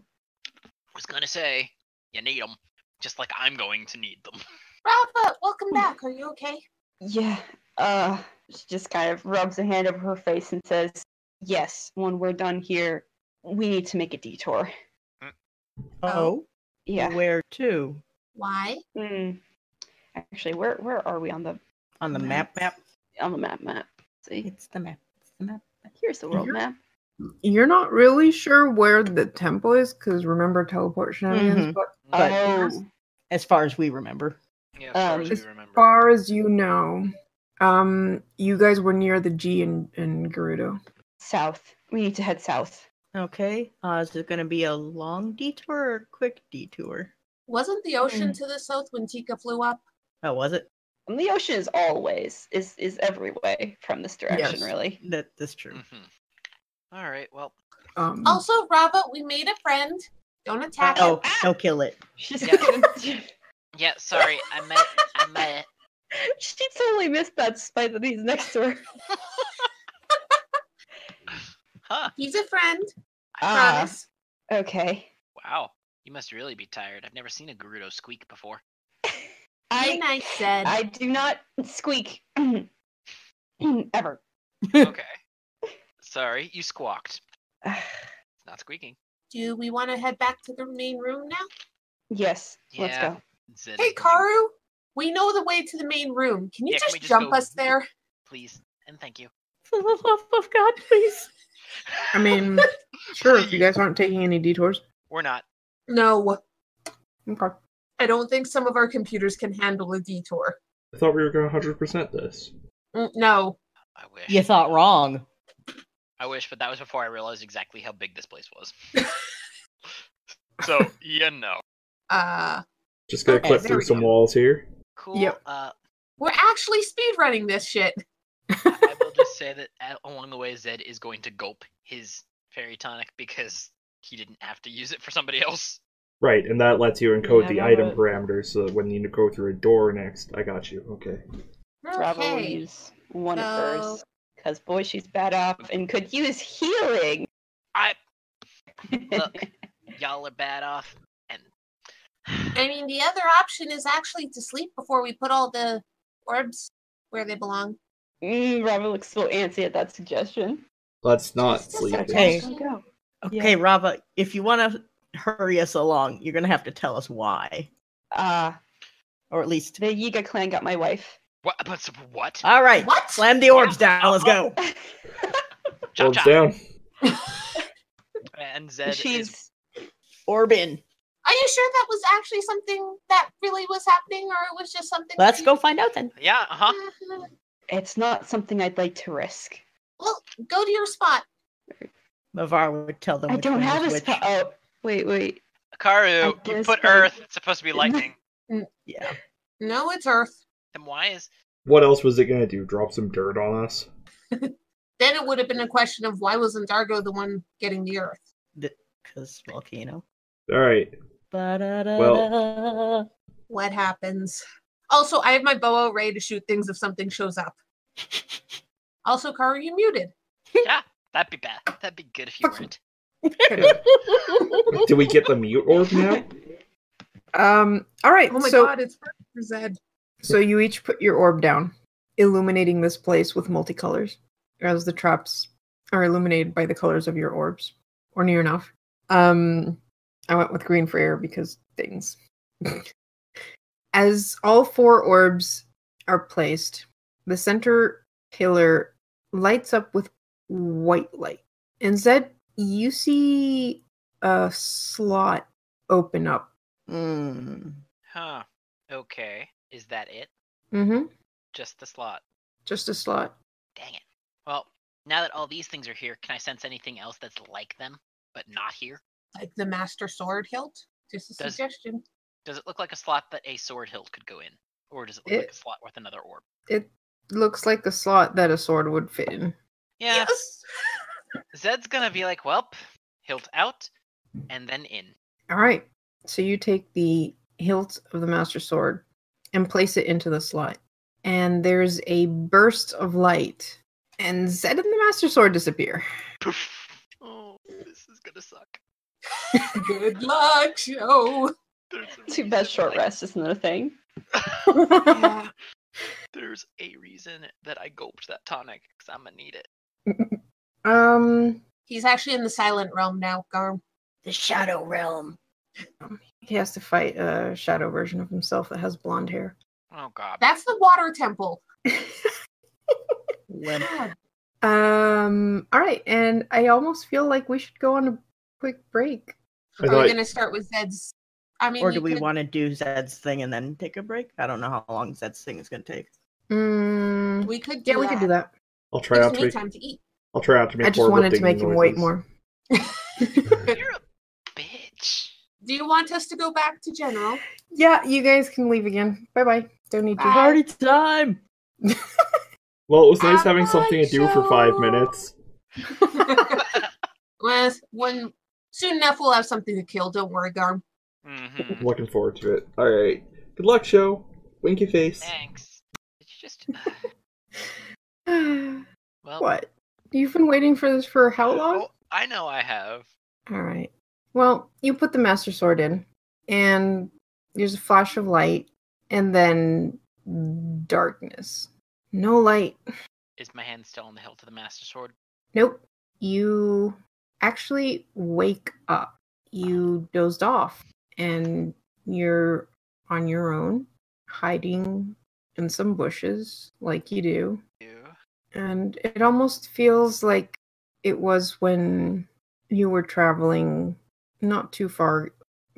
S5: was gonna say you need them, just like I'm going to need them.
S4: Rava, welcome back. Are you okay?
S6: Yeah. Uh, she just kind of rubs a hand over her face and says, "Yes, when we're done here, we need to make a detour."
S3: Oh,
S6: Yeah.
S3: where to?
S4: Why?
S6: Hmm. Actually, where where are we on the
S3: On the
S6: Map.
S3: map, map.
S6: on the map map? See.
S3: It's the map. It's the
S6: map. Here's the world
S1: Here's-
S6: map.
S1: You're not really sure where the temple is because remember teleport shenanigans.
S3: Mhm.
S1: But
S3: But-
S6: oh,
S3: as far as we remember.
S5: Yeah, as far
S6: Um,
S5: as
S1: as
S5: we remember.
S1: as far as you know, um, you guys were near the G in, in Gerudo.
S6: south. We need to head south.
S3: Okay. Uh, is it going to be a long detour or a quick detour?
S4: Wasn't the ocean to the south when Tika flew up?
S3: Oh, was it?
S6: And the ocean is always is is every way from this direction,
S1: Yes.
S6: really.
S3: That that's true.
S5: Mhm. All right. Well,
S1: Um,
S4: Also, Robert, we made a friend. Don't attack
S3: Oh,
S4: him.
S3: no, kill it.
S6: She's
S5: Yeah.
S6: gonna. she
S5: yeah. Sorry, I meant I meant
S6: totally missed that spider that he's next to her.
S5: Huh.
S4: He's a friend.
S6: Ah.
S4: Promise.
S6: Okay.
S5: Wow. You must really be tired. I've never seen a Gerudo squeak before.
S6: I
S4: Be nice, Zed.
S6: I do not squeak ever.
S5: Okay. Sorry, you squawked. It's not squeaking.
S4: Do we want to head back to the main room now?
S6: yes. Let's
S5: Yeah.
S6: go.
S5: Zed
S4: Hey,
S5: is going,
S4: Karu, we know the way to the main room. Can you
S5: Yeah, can
S4: just,
S5: we just
S4: jump
S5: go-
S4: us there?
S5: Please and thank you.
S3: For the love of God, please.
S1: I mean, sure, if you guys aren't taking any detours.
S5: We're not.
S4: No,
S1: Okay.
S4: I don't think some of our computers can handle a detour.
S2: I thought we were going 100% this.
S4: Mm, No,
S5: I wish.
S3: You thought wrong.
S5: I wish, but that was before I realized exactly how big this place was. so you know.
S4: uh,
S2: Just gonna
S4: Okay,
S2: clip
S4: there
S2: through
S4: we
S2: some
S4: go.
S2: walls here.
S5: Cool.
S1: Yep.
S5: Uh,
S4: we're actually speedrunning this shit.
S5: I I will just say that a- along the way, Zed is going to gulp his fairy tonic because he didn't have to use it for somebody else.
S2: Right, and that lets you encode
S6: Yeah,
S2: the
S6: no,
S2: item
S6: but-
S2: parameters so that when you go through a door next, I got you. Okay.
S6: Bravo will
S4: Okay.
S6: use one of
S4: So-
S6: hers. Because boy, she's bad up and could use healing.
S5: I Look. y'all are bad off, and
S4: I mean, the other option is actually to sleep before we put all the orbs where they belong.
S6: mm, Bravo looks so antsy at that suggestion.
S2: Let's not
S4: Just a
S2: sleep.
S3: Okay.
S4: suggestion.
S6: Go.
S3: Okay, Rava, if you want to hurry us along, you're going to have to tell us why.
S6: Ah,
S3: Or at least.
S6: the Yiga clan got my wife.
S5: what? But s- what?
S3: All right.
S4: What?
S3: Slam the orbs down. Let's go.
S5: Chop
S2: Orbs
S5: chop.
S2: down.
S5: And Zed is
S6: She's
S3: Orbin.
S4: Are you sure that was actually something that really was happening, or it was just something?
S3: Let's
S4: she-
S3: go find out then.
S5: yeah, uh huh.
S6: it's not something I'd like to risk.
S4: Well, go to your spot.
S3: Mavar would tell them.
S6: I
S3: which
S6: don't
S3: one
S6: have a
S3: was which.
S6: spell. Oh, wait, wait. I
S5: Karu, you
S6: guess
S5: put
S6: I-
S5: Earth. It's supposed to be lightning.
S3: Yeah.
S4: No, it's Earth.
S5: then why is
S2: What else was it gonna do? Drop some dirt on us?
S4: Then it would have been a question of why wasn't Dargo the one getting the Earth?
S3: Because volcano.
S2: Alright.
S3: Well.
S4: What happens? Also, I have my bow array to shoot things if something shows up. Also, Kara, you muted.
S5: yeah? That'd be bad. That'd be good if you
S1: Fuck.
S5: weren't.
S2: Do we get the mute orb now?
S1: um, all right.
S4: Oh my
S1: so,
S4: god, it's first for Zed.
S1: so you each put your orb down, illuminating this place with multicolors, as the traps are illuminated by the colors of your orbs, or near enough. Um, I went with green for air because things. as all four orbs are placed, the center pillar lights up with white light. And Zed, you see a slot open up.
S3: Mm.
S5: Huh. Okay. Is that it?
S1: Mm-hmm.
S5: Just the slot.
S1: Just a slot.
S5: Dang it. Well, now that all these things are here, can I sense anything else that's like them but not here?
S4: Like the Master Sword hilt? Just a
S5: Does-
S4: suggestion.
S5: Does it look like a slot that a sword hilt could go in, or does it look like
S1: It-
S5: a slot with another orb?
S1: It looks like a slot that a sword would fit in.
S5: Yeah,
S4: Yes.
S5: Zed's gonna be like, "Welp, hilt out, and then in."
S1: All right. So you take the hilt of the master sword and place it into the slot. And there's a burst of light. And Zed and the master sword disappear.
S5: Poof. Oh, this is gonna suck.
S4: Good luck, show.
S5: There's a
S6: Too
S5: reason,
S6: bad short
S5: like-
S6: rest isn't a thing.
S4: Yeah.
S5: There's a reason that I gulped that tonic because I'm gonna need it.
S1: um
S4: He's actually in the silent realm now, Garm.
S3: The Shadow Realm.
S1: he has to fight a shadow version of himself that has blonde hair.
S5: Oh god.
S4: That's the water temple.
S3: Limp.
S4: God.
S1: Um. All right, and I almost feel like we should go on a quick break.
S2: I
S4: Are we
S2: thought-
S4: gonna start with Zed's? I mean,
S3: or
S4: you
S3: do we
S4: could-
S3: want to do Zed's thing and then take a break? I don't know how long Zed's thing is going to take.
S1: Mm,
S4: We could. Do
S1: yeah, we could do that.
S2: I'll try
S4: Gives
S2: out to
S4: me
S2: make.
S4: time to eat.
S2: I'll try out to make.
S1: I just
S2: horrible
S1: wanted to
S2: dinging
S1: make him wait
S2: noises.
S1: more.
S5: You're a bitch.
S4: Do you want us to go back to general?
S1: Yeah, you guys can leave again. Bye bye. Don't need you.
S4: Bye. Party
S3: time!
S2: Well, it was nice
S4: Have
S2: having something to do for five
S4: fun,
S2: minutes.
S4: well, when soon enough we'll have something to kill. Don't worry, Garm.
S5: Mhm.
S2: Looking forward to it. All right. Good luck, show. Winky face.
S5: Thanks. Did you just? uh, Well,
S1: what? You've been waiting for this for how long?
S5: oh, I know I have.
S1: All right. Well, you put the master sword in, and there's a flash of light, and then darkness. No light.
S5: Is my hand still on the hilt of the master sword?
S1: Nope. You actually wake up. You dozed off, and you're on your own, hiding in some bushes like you do.
S5: You.
S1: And it almost feels like it was when you were traveling not too far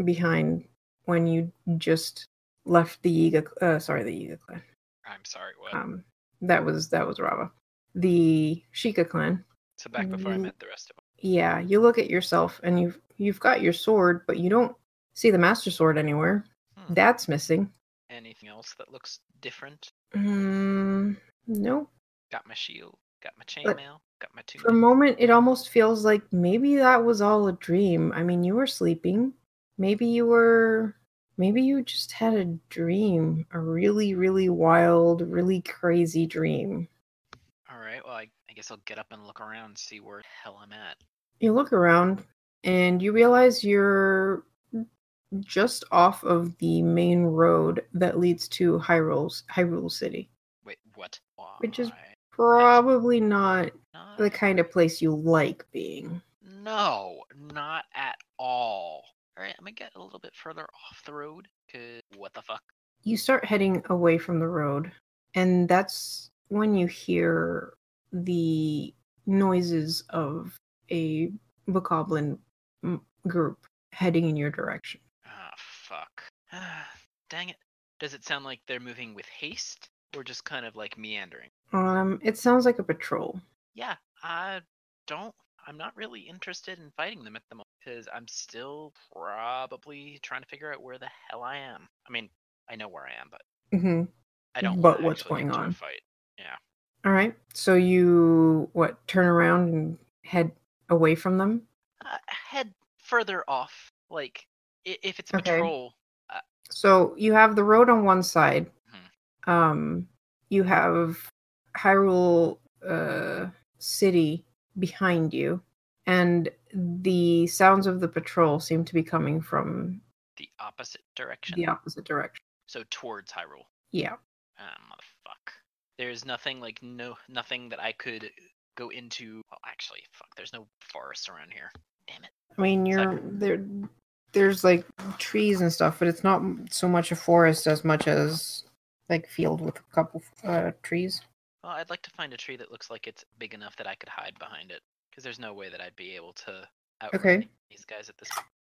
S1: behind when you just left the Yiga, uh, sorry, the Yiga clan.
S5: I'm sorry. What?
S1: Um, that was that was Rava, the Shika clan.
S5: so back before I
S1: mm.
S5: met the rest of them.
S1: Yeah, you look at yourself and you've you've got your sword, but you don't see the master sword anywhere.
S5: Hmm.
S1: That's missing.
S5: Anything else that looks different?
S1: Mm, no.
S5: Got my shield. Got my chainmail. Got my two.
S1: For a moment, it almost feels like maybe that was all a dream. I mean, you were sleeping. Maybe you were. Maybe you just had a dream, a really, really wild, really crazy dream.
S5: All right. Well, I, I guess I'll get up and look around, and see where the hell I'm at.
S1: You look around and you realize you're just off of the main road that leads to Hyrule's, Hyrule City.
S5: Wait, what? Why?
S1: Which is Probably not
S5: not...
S1: the kind of place you like being.
S5: No, not at all. All right, I'm gonna get a little bit further off the road. 'cause what the fuck?
S1: you start heading away from the road and that's when you hear the noises of a bokoblin mm, group heading in your direction
S5: Ah, fuck. Ah, dang it. Does it sound like they're moving with haste or just kind of like meandering?
S1: um it sounds like a patrol
S5: Yeah, I don't. I'm not really interested in fighting them at the moment because I'm still probably trying to figure out where the hell I am. I mean, I know where I am, but
S1: mm-hmm.
S5: I don't.
S1: But
S5: wanna
S1: what's
S5: actually
S1: going
S5: get into a
S1: on?
S5: Fight.
S1: all right so you what turn around and head away from them
S5: Uh, head further off. Like i- if it's a
S1: Okay.
S5: patrol,
S1: so you have the road on one side um you have hyrule uh city behind you and the sounds of the patrol seem to be coming from
S5: the opposite direction.
S1: the opposite direction
S5: So towards Hyrule.
S1: yeah
S5: Ah, motherfuck. There's nothing like no nothing that I could go into. Well, actually, fuck. There's no forest around here. Damn it.
S1: i mean you're there there's like trees and stuff but it's not m- so much a forest as much as like field with a couple uh trees
S5: Well, I'd like to find a tree that looks like it's big enough that I could hide behind it, because there's no way that I'd be able to outrun
S1: Okay.
S5: any of these guys at this.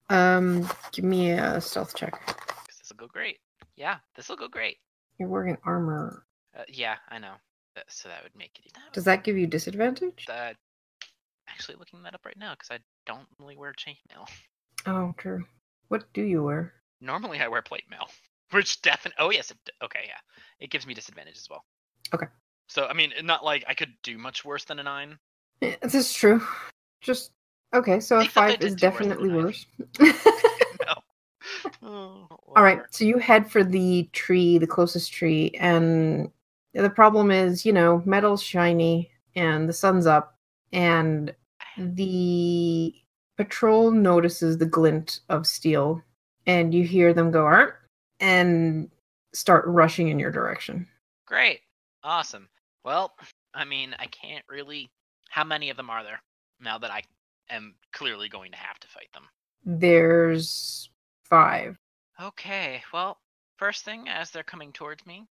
S1: um give me a stealth check
S5: Because this will go great. Yeah, this will go great.
S1: you're wearing armor
S5: Uh, yeah, I know. That, so that would make it.
S1: does that give you disadvantage
S5: Uh, actually, looking that up right now because I don't really wear chainmail.
S1: oh true what do you wear
S5: Normally, I wear plate mail, which definitely. Oh yes, it, d- okay, yeah, it gives me disadvantage as well.
S1: Okay.
S5: So I mean, not like I could do much worse than a nine.
S1: Yeah, Eh, this is true. Just okay. So a
S5: Except I
S1: five
S5: did
S1: is
S5: do worse than
S1: definitely
S5: a nine.
S1: worse.
S5: No. Oh,
S1: All right.
S5: whatever.
S1: So you head for the tree, the closest tree, and the problem is, you know, metal's shiny and the sun's up, and the patrol notices the glint of steel, and you hear them go art and start rushing in your direction.
S5: Great. Awesome. Well, I mean, I can't really. How many of them are there now that I am clearly going to have to fight them?
S1: There's five.
S5: Okay, well, first thing, as they're coming towards me,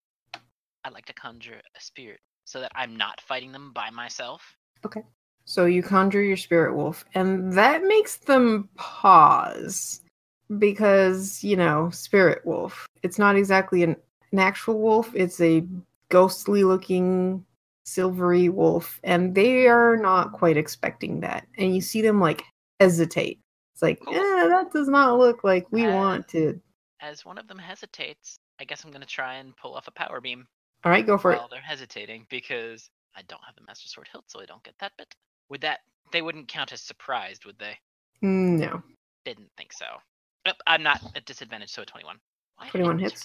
S5: I'd like to conjure a spirit so that I'm not fighting them by myself.
S1: So you conjure your spirit wolf, and that makes them pause because, you know, spirit wolf. It's not exactly an, an actual wolf, it's a ghostly looking silvery wolf, and they are not quite expecting that. And you see them like hesitate. It's like,
S5: Cool.
S1: yeah, that does not look like we
S5: Uh,
S1: want to.
S5: As one of them hesitates, I guess I'm gonna try and pull off a power beam
S1: All right, go for it.
S5: while they're hesitating because I don't have the Master Sword hilt, so I don't get that bit. Would that they wouldn't count as surprised, would they?
S1: No,
S5: Didn't think so. Yep, I'm not at disadvantage, so a 21. Why did I
S1: 21
S5: return-
S1: hits.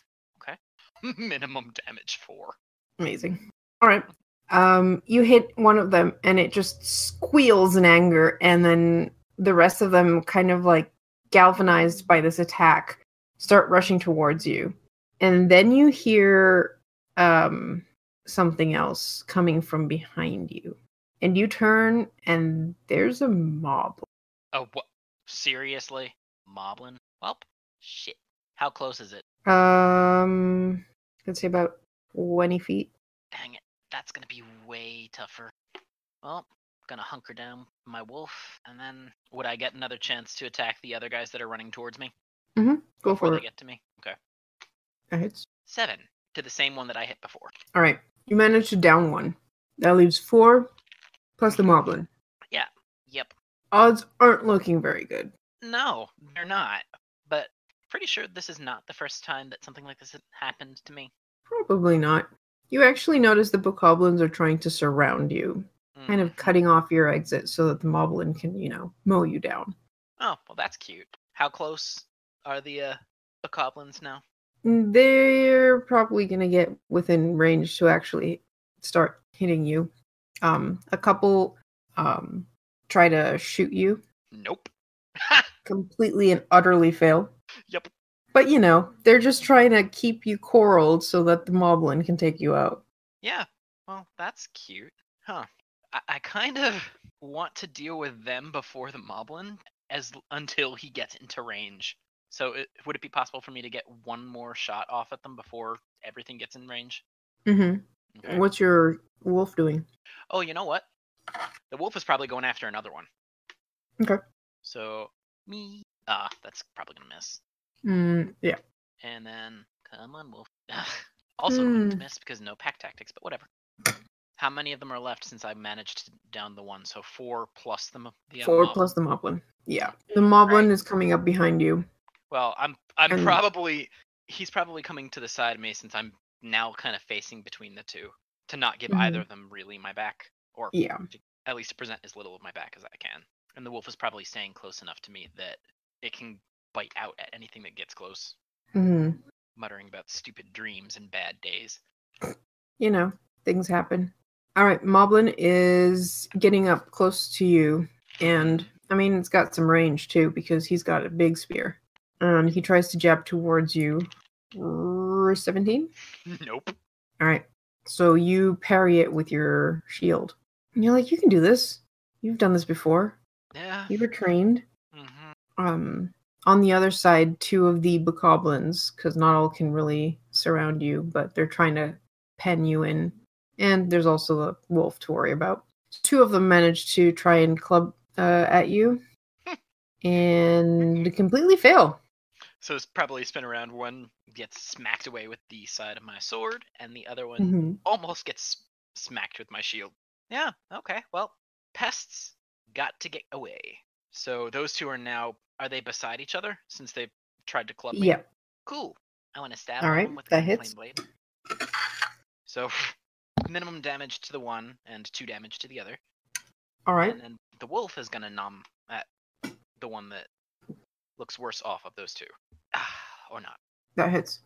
S5: Minimum damage four.
S1: Amazing. All right. Um, you hit one of them and it just squeals in anger, and then the rest of them, kind of like galvanized by this attack, start rushing towards you. And then you hear um, something else coming from behind you. And you turn, and there's a mob.
S5: Oh, what? Seriously? Moblin? Welp. Shit. How close is it?
S1: Um, let's say about 20 feet.
S5: Dang it. That's gonna be way tougher. Well, gonna hunker down my wolf, and then would I get another chance to attack the other guys that are running towards me
S1: Go
S5: before
S1: for
S5: they
S1: it.
S5: get to me? Okay.
S1: That hits.
S5: Seven to the same one that I hit before.
S1: All right. You managed to down one. That leaves four plus the moblin.
S5: Yep.
S1: Odds aren't looking very good.
S5: No, they're not. But pretty sure this is not the first time that something like this has happened to me.
S1: Probably not. You actually notice the bokoblins are trying to surround you, kind of
S5: Mhm.
S1: cutting off your exit so that the moblin can, you know, mow you down.
S5: Oh, well, that's cute. How close are the uh, the goblins now?
S1: They're probably going to get within range to actually start hitting you. Um, a couple um, try to shoot you,
S5: Nope.
S1: completely and utterly fail.
S5: Yep.
S1: But you know, they're just trying to keep you corralled so that the moblin can take you out.
S5: Yeah. Well, that's cute, huh? I, I kind of want to deal with them before the moblin, as until he gets into range. So, it, would it be possible for me to get one more shot off at them before everything gets in range?
S1: Mm-hmm.
S5: Okay.
S1: What's your wolf doing?
S5: Oh, you know what? The wolf is probably going after another one.
S1: Okay.
S5: So me, ah, that's probably gonna miss.
S1: Mm, yeah.
S5: And then come on, wolf. also going to
S1: Hmm.
S5: miss because no pack tactics, but whatever. How many of them are left since I managed to down the one? So four plus the m- the uh,
S1: Four
S5: mob.
S1: plus the moblin. Yeah. The moblin
S5: Mm, Right.
S1: is coming up behind you.
S5: Well, I'm I'm
S1: and-
S5: probably he's probably coming to the side of me since I'm now kind of facing between the two to not give either
S1: Mhm.
S5: of them really my back or
S1: Yeah.
S5: at least to present as little of my back as I can. And the wolf is probably staying close enough to me that it can bite out at anything that gets close,
S1: hmm
S5: muttering about stupid dreams and bad days.
S1: You know, things happen. All right. Moblin is getting up close to you. And I mean, it's got some range too because he's got a big spear. And he tries to jab towards you. R- 17?
S5: Nope.
S1: All right. So you parry it with your shield. And you're like, you can do this. You've done this before.
S5: Yeah.
S1: You were trained.
S5: hmm
S1: Um, on the other side, two of the bokoblins, because not all can really surround you, but they're trying to pen you in. And there's also the wolf to worry about. Two of them managed to try and club uh, at you and completely fail.
S5: So it's probably spin around. One gets smacked away with the side of my sword, and the other one
S1: Mhm.
S5: almost gets smacked with my shield. Yeah, okay. Well, pests got to get away. So those two are now are they beside each other since they tried to club me?
S1: Yep.
S5: Cool. I want to stab
S1: All
S5: one
S1: right,
S5: with
S1: that
S5: the plain
S1: hits.
S5: blade. So minimum damage to the one and two damage to the other.
S1: All right.
S5: And then the wolf is gonna numb at the one that looks worse off of those two. Ah, or not.
S1: That hits.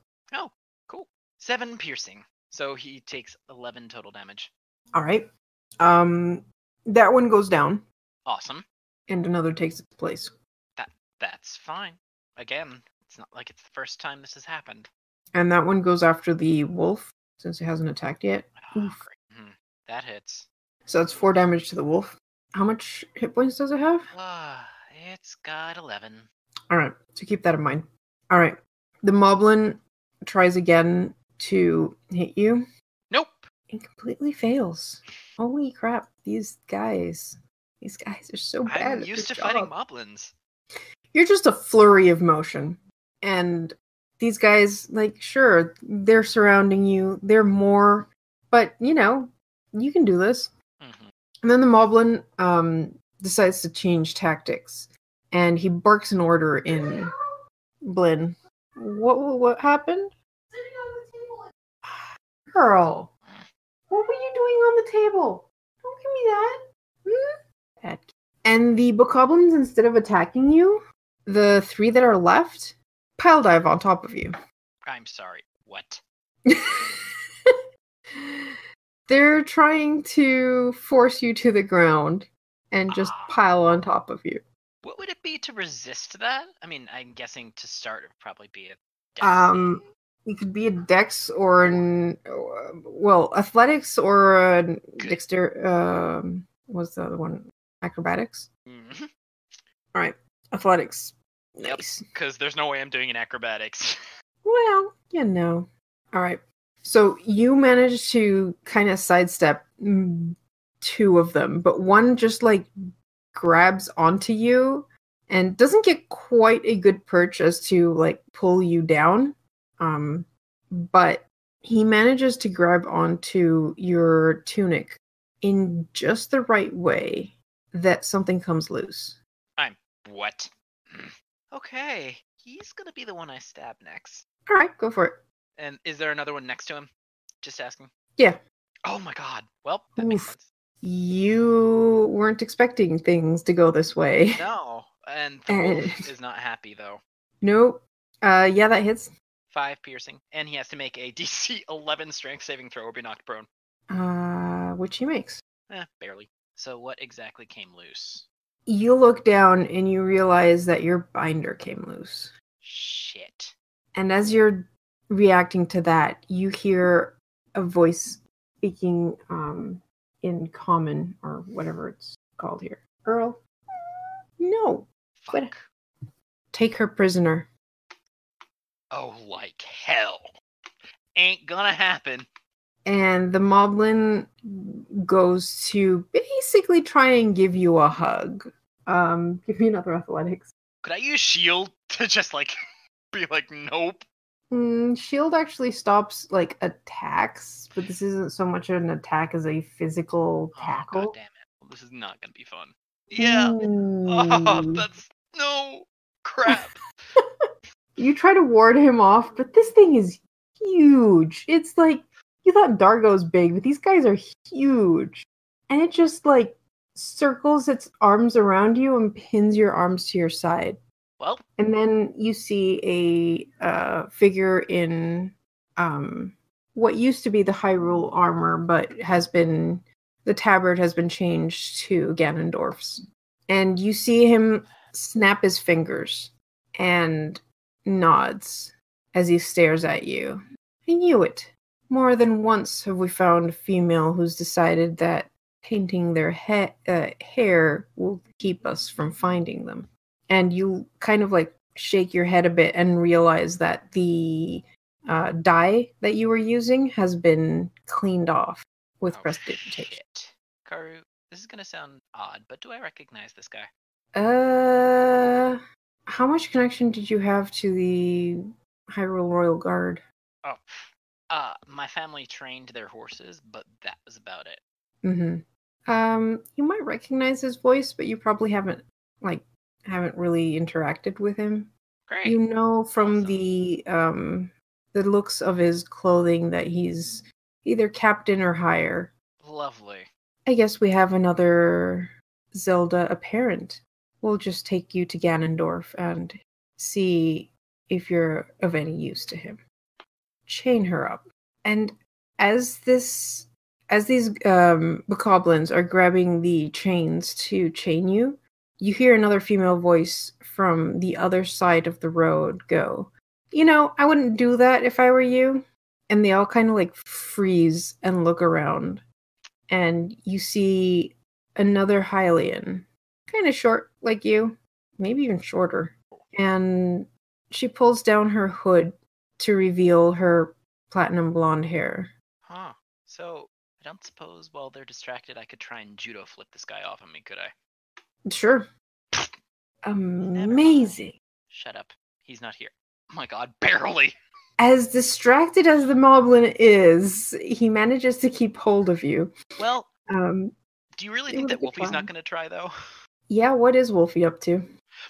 S5: Seven piercing. So he takes eleven total damage.
S1: All right. Um, that one goes down.
S5: Awesome.
S1: and another takes its place.
S5: That's fine. Again, it's not like it's the first time this has happened.
S1: And that one goes after the wolf since it hasn't attacked yet.
S5: Ah,
S1: Oof.
S5: great. Mhm. That hits.
S1: So that's four damage to the wolf. How much hit points does it have?
S5: Ah, it's got 11.
S1: All right. So keep that in mind. All right. The moblin tries again to hit you
S5: Nope.
S1: and completely fails. Holy crap. these guys. These guys are so bad.
S5: I'm
S1: at
S5: used to
S1: their
S5: fighting
S1: job.
S5: moblins.
S1: You're just a flurry of motion. And these guys, like, sure, they're surrounding you. They're more, but you know, you can do this.
S5: Mhm.
S1: And then the Moblin um, decides to change tactics, and he barks an order in Blin. What what- what happened, girl? What were you doing on the table? Don't give me that. Hmm? Bad kid. And the Bokoblins, instead of attacking you, the three that are left pile dive on top of you.
S5: I'm sorry. What?
S1: They're trying to force you to the ground and just
S5: Ah.
S1: pile on top of you.
S5: What would it be to resist that? I mean, I'm guessing to start it would probably be a death
S1: Um, it could be a dex or an uh, well, athletics or a dexter. Um, what's the other one? Acrobatics.
S5: Mm-hmm.
S1: All right, athletics.
S5: Yep.
S1: Nice.
S5: Because there's no way I'm doing an acrobatics.
S1: Well, you know. All right. So you managed to kind of sidestep mm, two of them, but one just like grabs onto you and doesn't get quite a good perch as to like pull you down. Um, but he manages to grab onto your tunic in just the right way that something comes loose.
S5: what? Okay, he's gonna be the one I stab next.
S1: All right, go for it.
S5: And is there another one next to him? Just asking.
S1: Yeah.
S5: Oh my god. Well, that makes
S1: Oof.
S5: sense.
S1: You weren't expecting things to go this way.
S5: No, and the wolf
S1: And-
S5: is not happy though.
S1: Nope. Uh, yeah, that hits.
S5: Five piercing, and he has to make a DC 11 strength saving throw or be knocked prone.
S1: Uh, which he makes.
S5: Eh, barely. So what exactly came loose?
S1: You look down and you realize that your binder came loose.
S5: Shit.
S1: And as you're reacting to that, you hear a voice speaking um, in common or whatever it's called here. Earl, no, What-
S5: Fuck.
S1: take her prisoner.
S5: Oh, like hell. Ain't gonna happen.
S1: And the moblin goes to basically try and give you a hug. Um, give me another athletics.
S5: Could I use shield to just like be like, nope?
S1: Mm, shield actually stops like attacks, but this isn't so much an attack as a physical
S5: Oh,
S1: tackle.
S5: God damn it. Well, this is not gonna be fun. Yeah. Oh,
S1: Ooh.
S5: that's no crap.
S1: you try to ward him off, but this thing is huge. It's like you thought Dargo's big, but these guys are huge. And it just like circles its arms around you and pins your arms to your side.
S5: well,
S1: And then you see a uh, figure in um, what used to be the Hyrule armor, but has been the tabard has been changed to Ganondorf's. And you see him snap his fingers and nods as he stares at you. I knew it. More than once have we found a female who's decided that painting their he- uh, hair will keep us from finding them and you kind of like shake your head a bit and realize that the uh, dye that you were using has been cleaned off with
S5: oh,
S1: prestidigitation.
S5: shit. Karu, this is gonna sound odd, but do I recognize this guy?
S1: Uh, how much connection did you have to the Hyrule Royal Guard?
S5: Oh, pff. uh, my family trained their horses, but that was about it.
S1: Mm-hmm. Um, you might recognize his voice, but you probably haven't like haven't really interacted with him.
S5: Great.
S1: you know from
S5: Awesome.
S1: the um the looks of his clothing that he's either captain or higher
S5: Lovely.
S1: i guess we have another zelda apparent we'll just take you to ganondorf and see if you're of any use to him chain her up and as this as these um bokoblins are grabbing the chains to chain you you hear another female voice from the other side of the road go, You know, I wouldn't do that if I were you. And they all kind of like freeze and look around. And you see another Hylian, kind of short like you, maybe even shorter. And she pulls down her hood to reveal her platinum blonde hair.
S5: Huh. So I don't suppose while they're distracted, I could try and judo flip this guy off of me, could I?
S1: Sure. Amazing.
S5: Shut up. He's not here. Oh my god, barely.
S1: As distracted as the Moblin is, he manages to keep hold of you.
S5: Well,
S1: Um,
S5: do you really
S1: It
S5: think
S1: would
S5: that
S1: be
S5: Wolfie's
S1: fun.
S5: not going to try, though?
S1: yeah, what is Wolfie up to?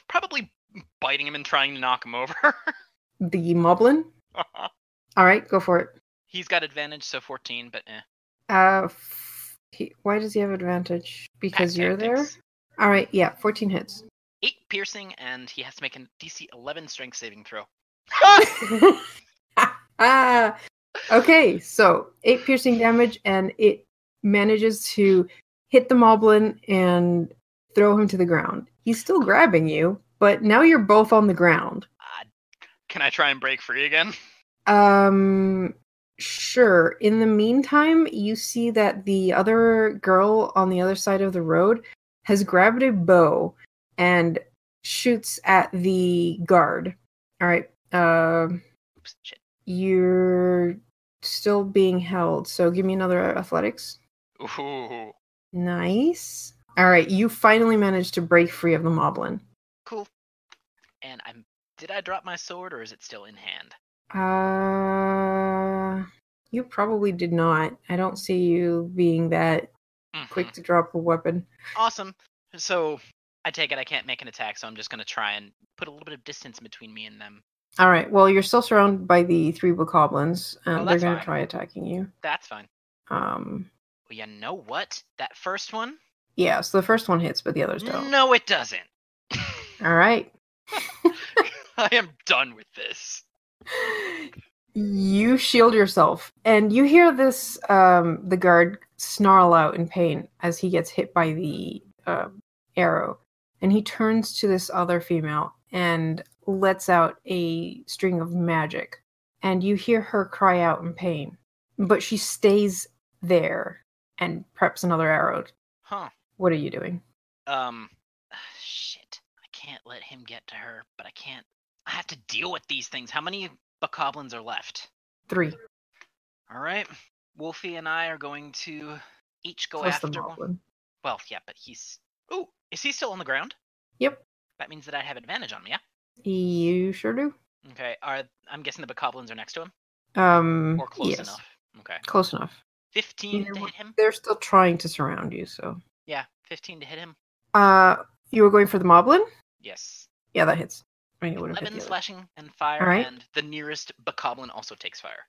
S5: Probably biting him and trying to knock him over.
S1: The Moblin? All right, go for it.
S5: He's got advantage, so 14, but eh.
S1: Uh, f- he, why does he have advantage? Because
S5: Pack
S1: you're there?
S5: tactics.
S1: All right, yeah, 14 hits.
S5: Eight piercing, and he has to make a DC 11 strength saving throw.
S1: ah, okay, so eight piercing damage, and it manages to hit the Moblin and throw him to the ground. He's still grabbing you, but now you're both on the ground.
S5: Uh, can I try and break free again?
S1: Um, sure. In the meantime, you see that the other girl on the other side of the road has grabbed a bow and shoots at the guard. All right. Um,
S5: Oops, shit.
S1: you're still being held, so give me another athletics.
S5: Ooh,
S1: Nice. All right, you finally managed to break free of the moblin.
S5: cool. And I'm. Did I drop my sword, or is it still in hand?
S1: Uh, you probably did not. I don't see you being that
S5: Mhm.
S1: quick to drop a weapon.
S5: Mm-hmm. Awesome. So I take it I can't make an attack, so I'm just gonna try and put a little bit of distance between me and them.
S1: All right. Well, you're still surrounded by the three bokoblins.
S5: Oh,
S1: Uh, they're
S5: that's
S1: going to
S5: fine.
S1: try attacking you.
S5: That's fine.
S1: Um,
S5: Well, you know what? That first one?
S1: yeah. So the first one hits, but the others don't.
S5: No, it doesn't.
S1: All right.
S5: I am done with this.
S1: You shield yourself, and you hear this um, the guard snarl out in pain as he gets hit by the um arrow, and he turns to this other female and lets out a string of magic, and you hear her cry out in pain, but she stays there and preps another arrow.
S5: Huh.
S1: What are you doing?
S5: Um. Shit. I can't let him get to her, but I can't. I have to deal with these things. How many bokoblins are left?
S1: Three
S5: All right. Wolfie and I are going to each go
S1: plus the
S5: after one.
S1: goblin.
S5: Well, yeah, but he's. Ooh, is he still on the ground?
S1: Yep,
S5: That means that I have advantage on me, yeah?
S1: you sure do.
S5: Okay. Are I'm guessing the bokoblins are next to him
S1: Um,
S5: or close
S1: yes,
S5: enough. Okay.
S1: Close enough.
S5: 15
S1: Either
S5: to
S1: one.
S5: hit him?
S1: They're still trying to surround you, so.
S5: Yeah, 15 to hit him.
S1: Uh, you were going for the moblin?
S5: Yes.
S1: Yeah, that hits. I mean, it would have hit
S5: 11
S1: the other.
S5: slashing and fire
S1: Alright.
S5: and the nearest bokoblin also takes fire.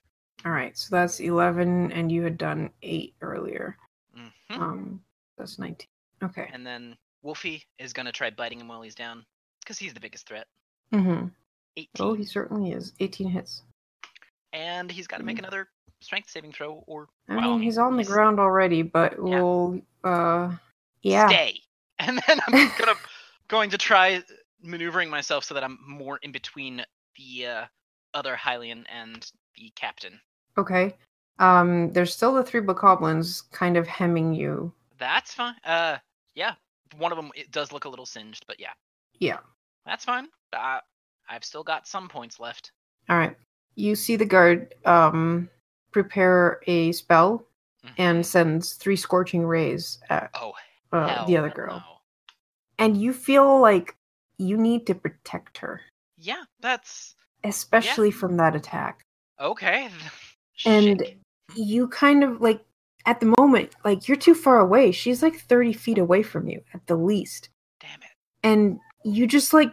S1: All right, so that's eleven, and you had done eight earlier.
S5: hmm
S1: Um, that's nineteen. Okay.
S5: And then Wolfie is going to try biting him while he's down cuz he's the biggest threat.
S1: Mm-hmm.
S5: 18.
S1: Oh, he certainly is. Eighteen hits.
S5: And he's got to make
S1: Mhm.
S5: another strength saving throw or
S1: I
S5: Wow,
S1: mean, he's on the
S5: he's-
S1: ground already, but we'll. Uh, yeah.
S5: stay. And then I'm gonna going to try maneuvering myself so that I'm more in between the uh, other Hylian and the captain.
S1: Okay. Um, there's still the three bokoblins kind of hemming you.
S5: That's fine. Uh, yeah, one of them it does look a little singed, but yeah,
S1: Yeah.
S5: that's fine. I, I've still got some points left.
S1: All right. You see the guard um prepare a spell
S5: Mhm.
S1: and sends three scorching rays at
S5: oh,
S1: uh,
S5: hell
S1: the other girl.
S5: no.
S1: and you feel like you need to protect her,
S5: Yeah, that's
S1: especially from that attack.
S5: okay.
S1: And
S5: Shit.
S1: you kind of like at the moment, like you're too far away. She's like 30 feet away from you at the least.
S5: damn it.
S1: And you just like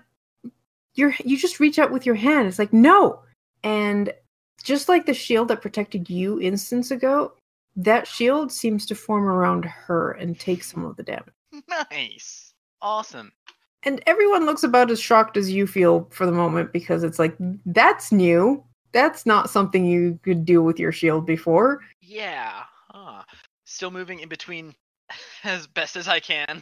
S1: you're you just reach out with your hand. It's like, no. And just like the shield that protected you instance ago, that shield seems to form around her and take some of the damage.
S5: Nice, awesome.
S1: and everyone looks about as shocked as you feel for the moment because it's like that's new that's not something you could do with your shield before
S5: Yeah. Huh. Still moving in between as best as I can.
S1: all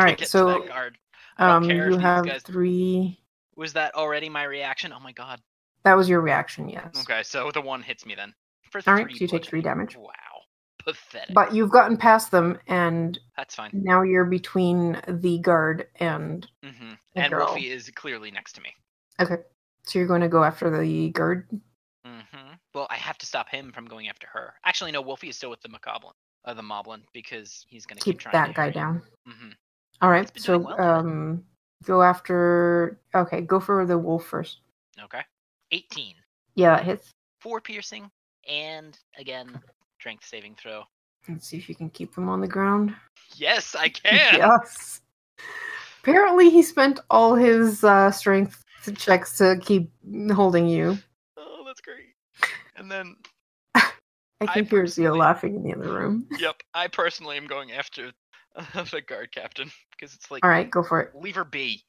S5: to
S1: right
S5: get to
S1: so
S5: that guard. I don't
S1: um
S5: care if
S1: you
S5: these
S1: have
S5: guys-
S1: three
S5: Was that already my reaction? Oh my god.
S1: that was your reaction yes
S5: Okay, so the one hits me then. For
S1: All right,
S5: three
S1: so you take
S5: bludgeoning.
S1: three damage.
S5: Wow. Pathetic.
S1: but you've gotten past them and
S5: That's fine.
S1: now you're between the guard and
S5: hmm
S1: Mm, The
S5: And
S1: girl.
S5: Wolfie is clearly next to me.
S1: okay so you're going to go after the guard
S5: Mm-hmm. hmm Well, I have to stop him from going after her. Actually, no, Wolfie is still with the Macablin. uh, the Moblin because he's going to keep,
S1: Keep
S5: trying
S1: that guy down.
S5: hmm
S1: All right.
S5: He's been
S1: So
S5: doing well.
S1: um, go after. Okay, go for the wolf first.
S5: Okay. 18.
S1: Yeah, that hits.
S5: Four piercing and again strength saving throw.
S1: Let's see if you can keep him on the ground.
S5: Yes, I can.
S1: Yes. Apparently, he spent all his uh, strength checks to keep holding you.
S5: Oh, that's great. And then,
S1: I
S5: I
S1: can hear Zia
S5: personally-
S1: laughing in the other room.
S5: yep, I personally am going after uh, the guard captain because it's like
S1: All right, go for it.
S5: leave her be.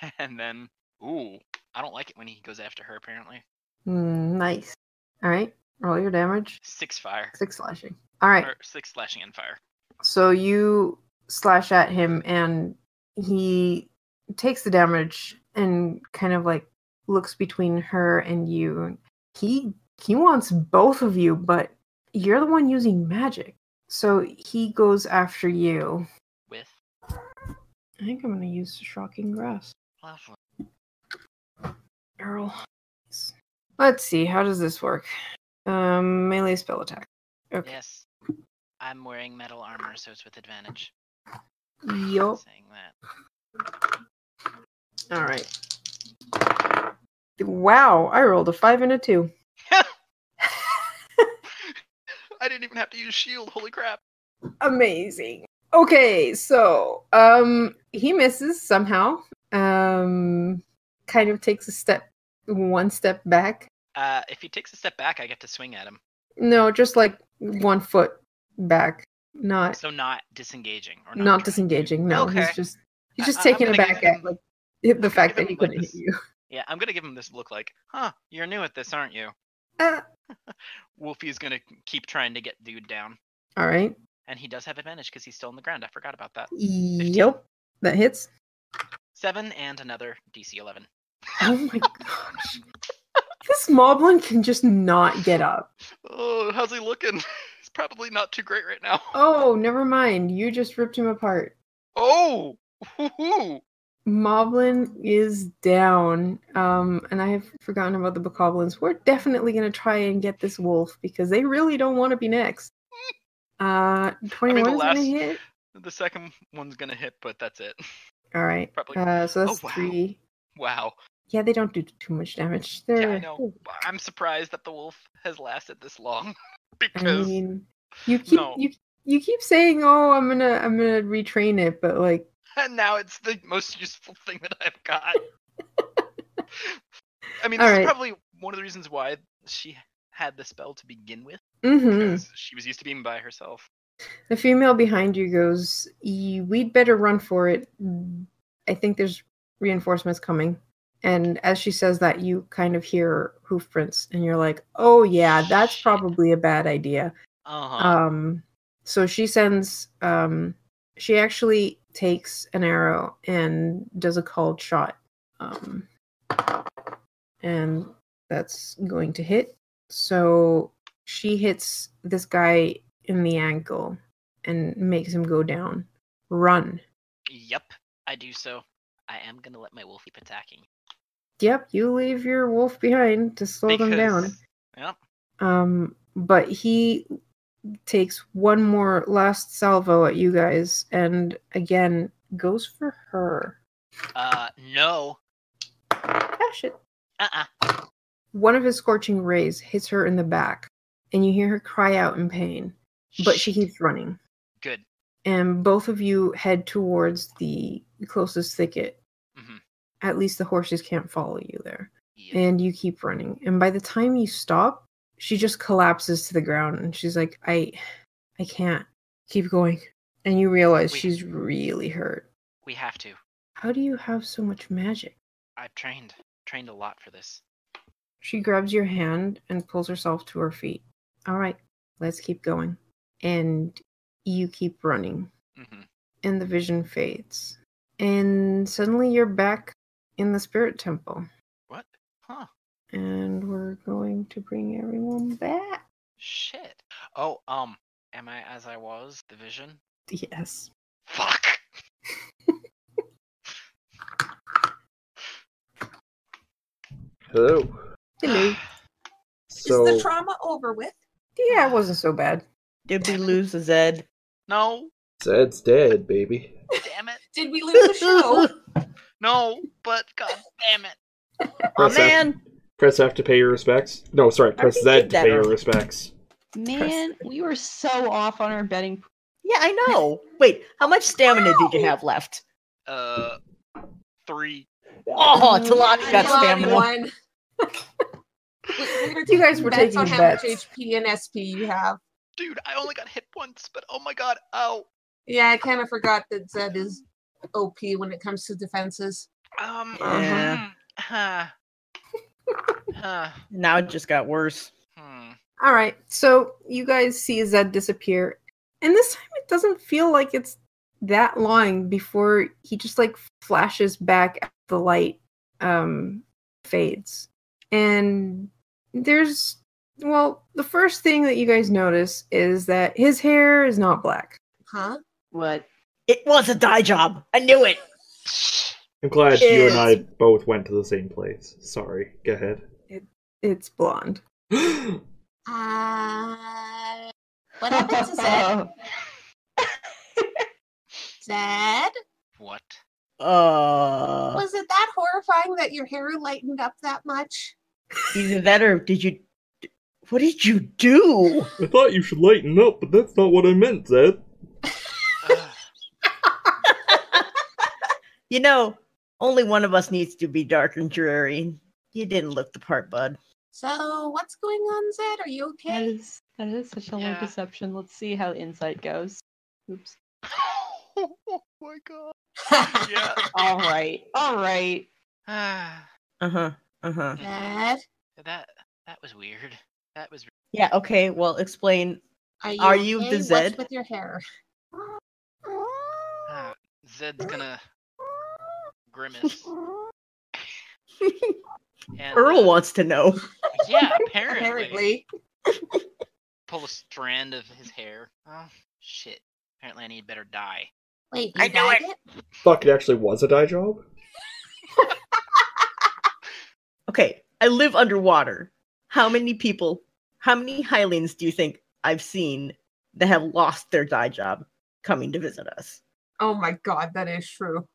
S5: And then, ooh, I don't like it when he goes after her. Apparently,
S1: Mm, nice. All right, roll your damage.
S5: six fire
S1: Six slashing. All right,
S5: or six slashing and fire.
S1: so you slash at him, and he takes the damage and kind of like looks between her and you. He he wants both of you, but you're the one using magic. So he goes after you.
S5: With
S1: I think I'm gonna use shocking grasp.
S5: lovely.
S1: Earl. Let's see, how does this work? Um melee spell attack. Okay.
S5: Yes, I'm wearing metal armor, so it's with advantage.
S1: Yup.
S5: Saying that.
S1: Alright. Wow, I rolled a five and a two.
S5: I didn't even have to use shield. Holy crap!
S1: Amazing. Okay, so um he misses somehow. Um kind of takes a step one step back.
S5: Uh, if he takes a step back, I get to swing at him.
S1: No, just like one foot back. Not
S5: So not disengaging
S1: not,
S5: or not, trying to.
S1: disengaging. No,
S5: Okay.
S1: he's just he's
S5: I-
S1: just
S5: I- I'm
S1: taking it
S5: gonna give
S1: back at
S5: him-
S1: like
S5: I'm
S1: the
S5: gonna
S1: fact
S5: give
S1: that he
S5: him, like,
S1: couldn't
S5: this-
S1: hit you.
S5: Yeah, I'm gonna give him this look like, huh, you're new at this, aren't you?
S1: Ah.
S5: Wolfie's gonna keep trying to get dude down,
S1: All right.
S5: and he does have advantage because he's still on the ground. I forgot about that.
S1: Yep, that hits.
S5: Seven and another DC 11.
S1: Oh my gosh, this Moblin can just not get up.
S5: Oh, how's he looking? He's probably not too great right now.
S1: Oh, never mind. You just ripped him apart.
S5: Oh, Woo-hoo!
S1: Moblin is down. Um, and I have forgotten about the Bokoblins. We're definitely gonna try and get this wolf because they really don't want to be next. Uh, twenty-one is
S5: last-
S1: gonna hit.
S5: the second one's gonna hit, but that's it.
S1: All right.
S5: Probably.
S1: Uh, so that's
S5: Oh, wow.
S1: three.
S5: Wow.
S1: Yeah, they don't do too much damage. They're,
S5: Yeah, I know. I'm surprised that the wolf has lasted this long
S1: I
S5: because
S1: mean, you keep
S5: No.
S1: you you keep saying, "Oh, I'm gonna I'm gonna retrain it," but like,
S5: and now it's the most useful thing that I've got. I mean,
S1: All
S5: this
S1: right.
S5: is probably one of the reasons why she had the spell to begin with,
S1: hmm
S5: because she was used to being by herself.
S1: the female behind you goes, "E- "We'd better run for it. I think there's reinforcements coming." And as she says that, you kind of hear hoof prints, and you're like, "Oh yeah, that's
S5: Shit.
S1: probably a bad idea."
S5: Uh-huh.
S1: um so she sends um she actually takes an arrow and does a called shot um and that's going to hit so she hits this guy in the ankle and makes him go down run
S5: Yep, I do so. I am gonna let my wolf keep attacking.
S1: yep you leave your wolf behind to slow them down
S5: because- Yep.
S1: Um, but he takes one more last salvo at you guys and again goes for her.
S5: Uh, no.
S1: Dash it.
S5: Uh-uh.
S1: One of his scorching rays hits her in the back, and you hear her cry out in pain, but she
S5: Shit.
S1: keeps running.
S5: Good.
S1: And both of you head towards the closest thicket.
S5: Mhm.
S1: At least the horses can't follow you there.
S5: Yeah.
S1: And you keep running. And by the time you stop, she just collapses to the ground and she's like, I I can't keep going. And you realize
S5: We-
S1: she's really hurt.
S5: We have to.
S1: How do you have so much magic?
S5: I've trained. Trained a lot for this.
S1: She grabs your hand and pulls herself to her feet. All right, let's keep going. And you keep running.
S5: hmm
S1: And the vision fades. And suddenly you're back in the spirit temple.
S5: What? Huh.
S1: And we're going to bring everyone back.
S5: Shit. Oh, um, am I as I was? The vision?
S1: Yes.
S5: Fuck.
S2: Hello.
S1: Hello.
S4: Is
S2: So
S4: the trauma over with?
S1: Yeah, it wasn't so bad.
S3: Did we lose a Zed?
S5: No,
S2: Zed's dead, baby.
S5: damn it,
S4: Did we lose the show?
S5: no, but god damn it.
S3: Oh
S2: Press F,
S3: man,
S2: press F to pay your respects. No, sorry,
S3: I
S2: press Z
S3: already did
S2: to
S3: that
S2: pay your
S3: already.
S2: respects.
S6: Man, we were so off on our betting.
S3: yeah, I know. Wait, how much stamina did you have left?
S5: Uh, three.
S3: Oh, Talani got
S4: I'm glad we
S3: stamina.
S4: won. We- we're
S1: You guys
S4: taking
S1: were
S4: bets
S1: taking
S4: on how much
S1: bets.
S4: HP and SP you have.
S5: Dude, I only got hit once, but oh my god, ow.
S4: Yeah, I kind of forgot that Zed is OP when it comes to defenses.
S5: Um,
S3: Yeah.
S5: hmm, huh. Huh,
S3: Now it just got worse.
S5: hmm.
S1: All right, so you guys see Zed disappear, and this time it doesn't feel like it's that long before he just like flashes back. at The light um, fades, and there's well, the first thing that you guys notice is that his hair is not black.
S4: Huh?
S6: What?
S3: It was a dye job. I knew it.
S2: I'm glad you and I
S3: Yes.
S2: both went to the same place. Sorry. Go ahead.
S1: It's blonde.
S4: Uh, what happened to Zed? Zed?
S5: What?
S3: Uh,
S4: Was it that horrifying that your hair lightened up that much?
S3: either that or did you? What did you do?
S2: I thought you should lighten up, but that's not what I meant, Zed.
S5: Ugh,
S3: You know, only one of us needs to be dark and dreary. You didn't look the part, bud.
S4: So, what's going on, Zed? Are you
S6: That
S4: okay?
S6: is that is such a low
S5: Yeah.
S6: deception. Let's see how insight goes. Oops.
S5: oh my god. Yeah.
S6: All right. All right.
S5: Ah,
S3: Uh huh. Uh huh.
S4: Zed,
S5: that that was weird. That was
S3: Yeah. Okay. Well, explain.
S4: are you,
S3: Are you the
S4: okay? What's
S3: Zed?
S4: with your hair?
S5: uh, Zed's gonna grimace. And,
S3: Earl
S5: uh,
S3: wants to know.
S5: Yeah, apparently.
S4: Apparently.
S5: Pull a strand of his hair. Oh shit! Apparently, I need better dye.
S4: Wait, you
S3: I knew
S4: dyed
S3: it.
S4: it?
S2: Fuck, it actually was a dye job?
S3: Okay, I live underwater. How many people, how many Highlands do you think I've seen that have lost their dye job coming to visit us?
S4: Oh my god, that is true.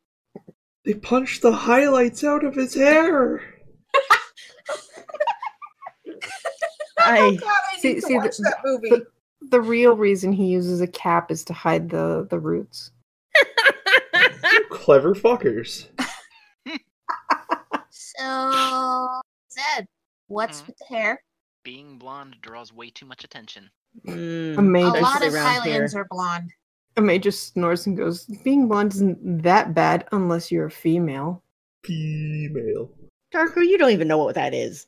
S2: They punched the highlights out of his hair!
S3: I
S4: Oh, God, I need
S1: See-
S4: to
S1: see,
S4: watch
S1: the-
S4: that movie.
S1: the- The real reason he uses a cap is to hide the the roots.
S2: You clever fuckers.
S4: So, Zed, what's
S3: Hmm?
S5: Mhm.
S4: with the hair?
S5: Being blonde draws way too much attention.
S3: Mm,
S4: A
S1: Amazing.
S3: Especially
S4: lot of
S3: around
S4: Highlands
S3: here.
S4: are blonde.
S1: Amay just snores and goes, Being blonde isn't that bad unless you're a female.
S2: Female.
S3: Darko, you don't even know what that is.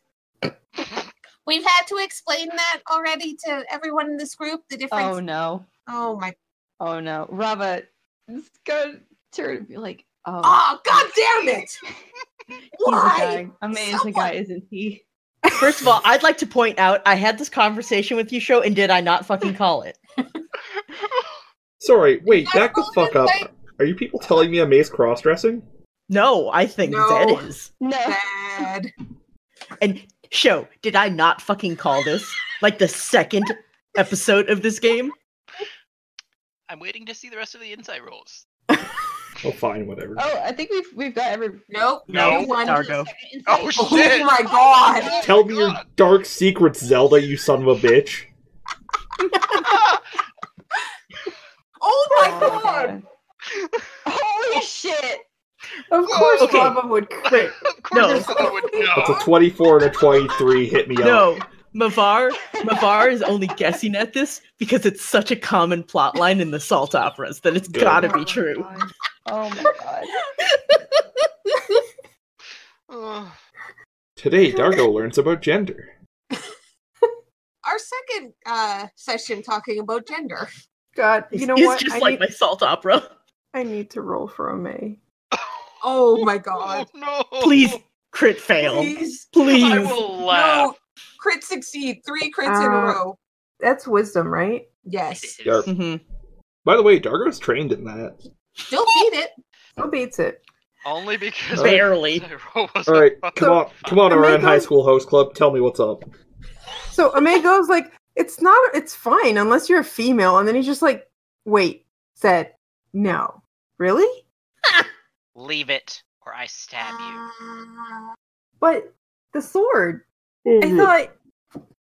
S4: We've had to explain that already to everyone in this group. The
S6: Oh
S4: difference.
S6: no.
S4: Oh, my.
S6: Oh no. Rava, it's going to be like, oh,
S4: Oh, god damn it!
S6: he's a
S4: Why?
S6: guy. A man's a
S4: Someone-
S6: guy, isn't he?
S3: First of all, I'd like to point out I had this conversation with you, show, and did I not fucking call it?
S2: Sorry, wait,
S4: That's
S2: back the fuck up.
S4: bullshit.
S2: Are you people telling me I'm Ace cross dressing?
S3: No, I think
S4: No.
S3: that is.
S6: No.
S4: Zed.
S3: And show, did I not fucking call this like the second episode of this game?
S5: I'm waiting to see the rest of the insight rolls.
S2: Oh, fine, whatever.
S6: Oh, I think we've we've got every
S4: Nope.
S5: No.
S4: one.
S3: Dargo.
S5: Oh
S4: Oh
S5: shit!
S4: my god!
S2: Tell
S5: Oh
S2: me your dark secrets, Zelda, you son of a bitch.
S4: Oh my god!
S6: Holy shit!
S1: Of course,
S3: Okay.
S1: Baba would quit.
S5: of course,
S3: No.
S5: someone would know.
S2: That's a 24 and a 23 hit me up.
S3: No, Mavar, Mavar is only guessing at this because it's such a common plot line in the salt operas that it's
S2: Good.
S3: gotta be true.
S6: Oh my god.
S5: Ugh.
S2: Today, Dargo learns about gender.
S4: Our second uh, session talking about gender.
S1: God, you know
S3: it's
S1: what?
S3: just
S1: I,
S3: like
S1: need,
S3: my salt opera.
S1: I need to roll for Amay.
S4: Oh my
S5: Oh
S4: god!
S5: no!
S3: Please crit fail.
S4: Please,
S5: I
S3: Please.
S5: will laugh.
S4: no! Crit succeed. Three crits in a
S1: Uh,
S4: row.
S1: That's wisdom, right?
S4: Yes.
S2: Yar.
S3: Mhm.
S2: By the way, Dargo's trained in that.
S4: Still beat it.
S1: Who beats it?
S5: Only because
S2: Alright.
S3: Barely.
S5: my roll was
S2: All right,
S5: a
S2: come on, come on,
S1: Am I
S2: RN High
S1: going-
S2: School Host Club. Tell me what's up.
S1: So Amay goes like, It's not. It's fine unless you're a female, and then he's just like, "Wait," said, "No, really."
S5: Leave it, or I stab you.
S4: Ah.
S1: But the sword. I
S3: Mm-hmm.
S1: thought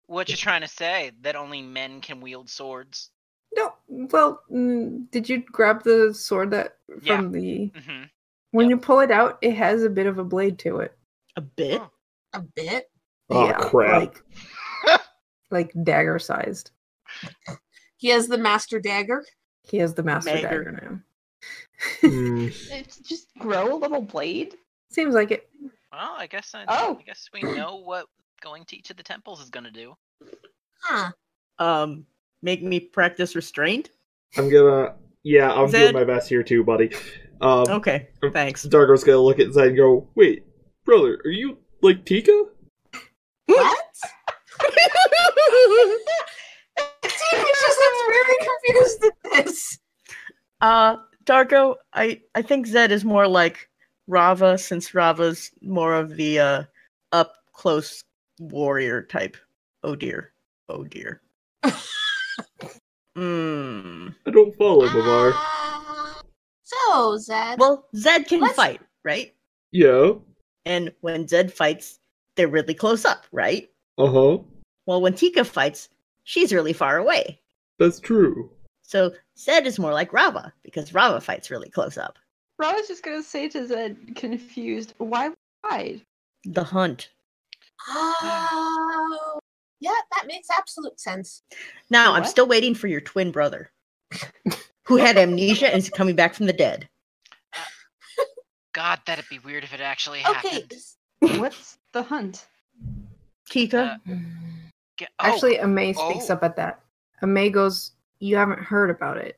S5: What you trying to say? That only men can wield swords?
S1: no. Well, mm, did you grab the sword that from
S5: Yeah.
S1: the?
S5: hmm
S1: When
S5: Yep.
S1: you pull it out, it has a bit of a blade to it.
S3: A bit.
S4: a bit.
S2: Oh, crap.
S1: Like, like dagger sized.
S4: He has the master dagger.
S1: He has the master
S3: Dagger.
S1: dagger now.
S2: Hmm.
S6: It's just grow a little blade.
S1: Seems like it.
S5: Well, I guess I,
S6: Oh.
S5: I guess we know what going to each of the temples is going to do.
S4: Huh.
S3: Um, make me practice restraint.
S2: I'm gonna. Yeah, I'm
S3: Zed-
S2: doing my best here too, buddy. Um,
S3: Okay,
S2: Um,
S3: thanks.
S2: Dargo's gonna look at Zed and go, "Wait, brother, are you like Tika?"
S4: What? Tifa's just looks very confused at this.
S3: Uh, Darko, I I think Zed is more like Rava, since Rava's more of the uh up close warrior type. Oh dear, oh dear. mm.
S2: I don't follow Bavar.
S4: Ah. so, Zed.
S3: Well, Zed can
S4: Let's-
S3: fight, right?
S2: Yeah.
S3: And when Zed fights, they're really close up, right?
S2: Uh huh.
S3: Well, when Tika fights, she's really far away.
S2: That's true.
S3: So Zed is more like Rava because Rava fights really close up.
S6: Rob is just gonna say to Zed, confused, why would you hide?
S3: The hunt.
S4: oh. Yeah, that makes absolute sense.
S3: Now I'm
S6: What?
S3: still waiting for your twin brother, who had amnesia and is coming back from the dead.
S5: God, that'd be weird if it actually
S4: Okay.
S5: happened.
S6: What's the hunt?
S5: Uh,
S3: Tika,
S5: Ge- oh,
S1: Actually, Amay speaks
S5: oh.
S1: up at that. Amay goes, "You haven't heard about it.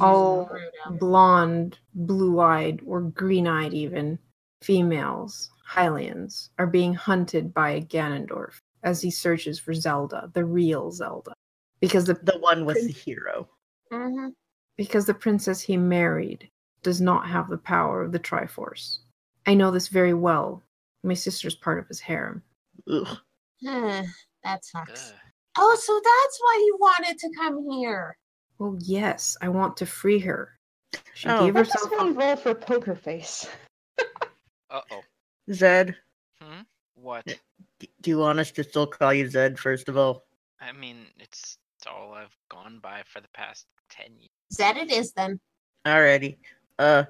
S3: Oh,
S1: All
S4: Rudo.
S1: blonde, blue-eyed, or green-eyed even females, Hylians, are being hunted by Ganondorf as he searches for Zelda, the real Zelda, because the
S3: the one was the hero.
S4: Mhm.
S1: because the princess he married does not have the power of the Triforce. I know this very well. My sister's part of his harem.
S3: Ugh.
S4: Hmm, that sucks.
S5: ugh.
S4: Oh, so that's why you wanted to come here.
S1: Well, yes, I want to free her. She
S3: Oh.
S1: gave
S6: What does
S1: herself
S6: one roll for poker face?
S5: Uh-oh.
S3: Zed,
S5: Hmm? What?
S3: Yeah. d- do you want us to still call you Zed first of all?
S5: I mean, it's, it's all I've gone by for the past 10 years.
S4: Zed it is then.
S3: Alrighty. Uh,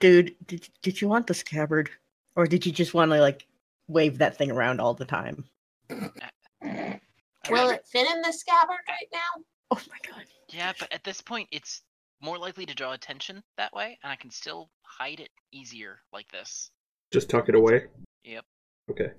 S3: dude, did did you want the scabbard, or did you just want to like wave that thing around all the time?
S5: I
S4: Will
S5: mean,
S4: it fit in the scabbard right now?
S3: Oh my god.
S5: Yeah, but at this point, it's more likely to draw attention that way, and I can still hide it easier like this.
S2: Just tuck it away.
S5: Yep.
S2: Okay.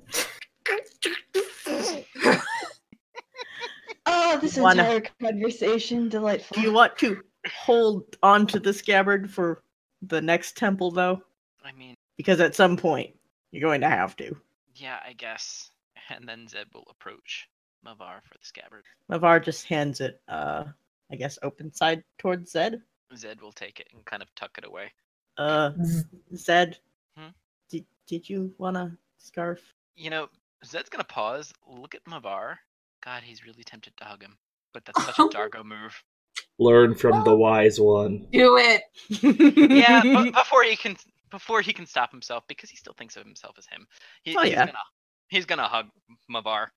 S6: Oh, this
S3: Wanna-
S6: entire conversation delightful.
S3: Do you want to hold on to the scabbard for the next temple though?
S5: I mean,
S3: Because at some point you're going to have to.
S5: yeah, I guess. And then Zed will approach Mavar for the scabbard.
S3: Mavar just hands it uh I guess open side towards Zed.
S5: Zed will take it and kind of tuck it away.
S3: Uh
S1: off.
S3: Zed,
S5: Hmm?
S3: did did you want a scarf?
S5: You know, Zed's gonna pause, look at Mavar. God, he's really tempted to hug him, but that's such a Dargo move.
S2: Learn from the wise one.
S4: Do it.
S5: Yeah, oh, but before he can before he can stop himself, because he still thinks of himself as him. He,
S3: Oh,
S5: he's
S3: yeah.
S5: Gonna, he's gonna hug Mavar.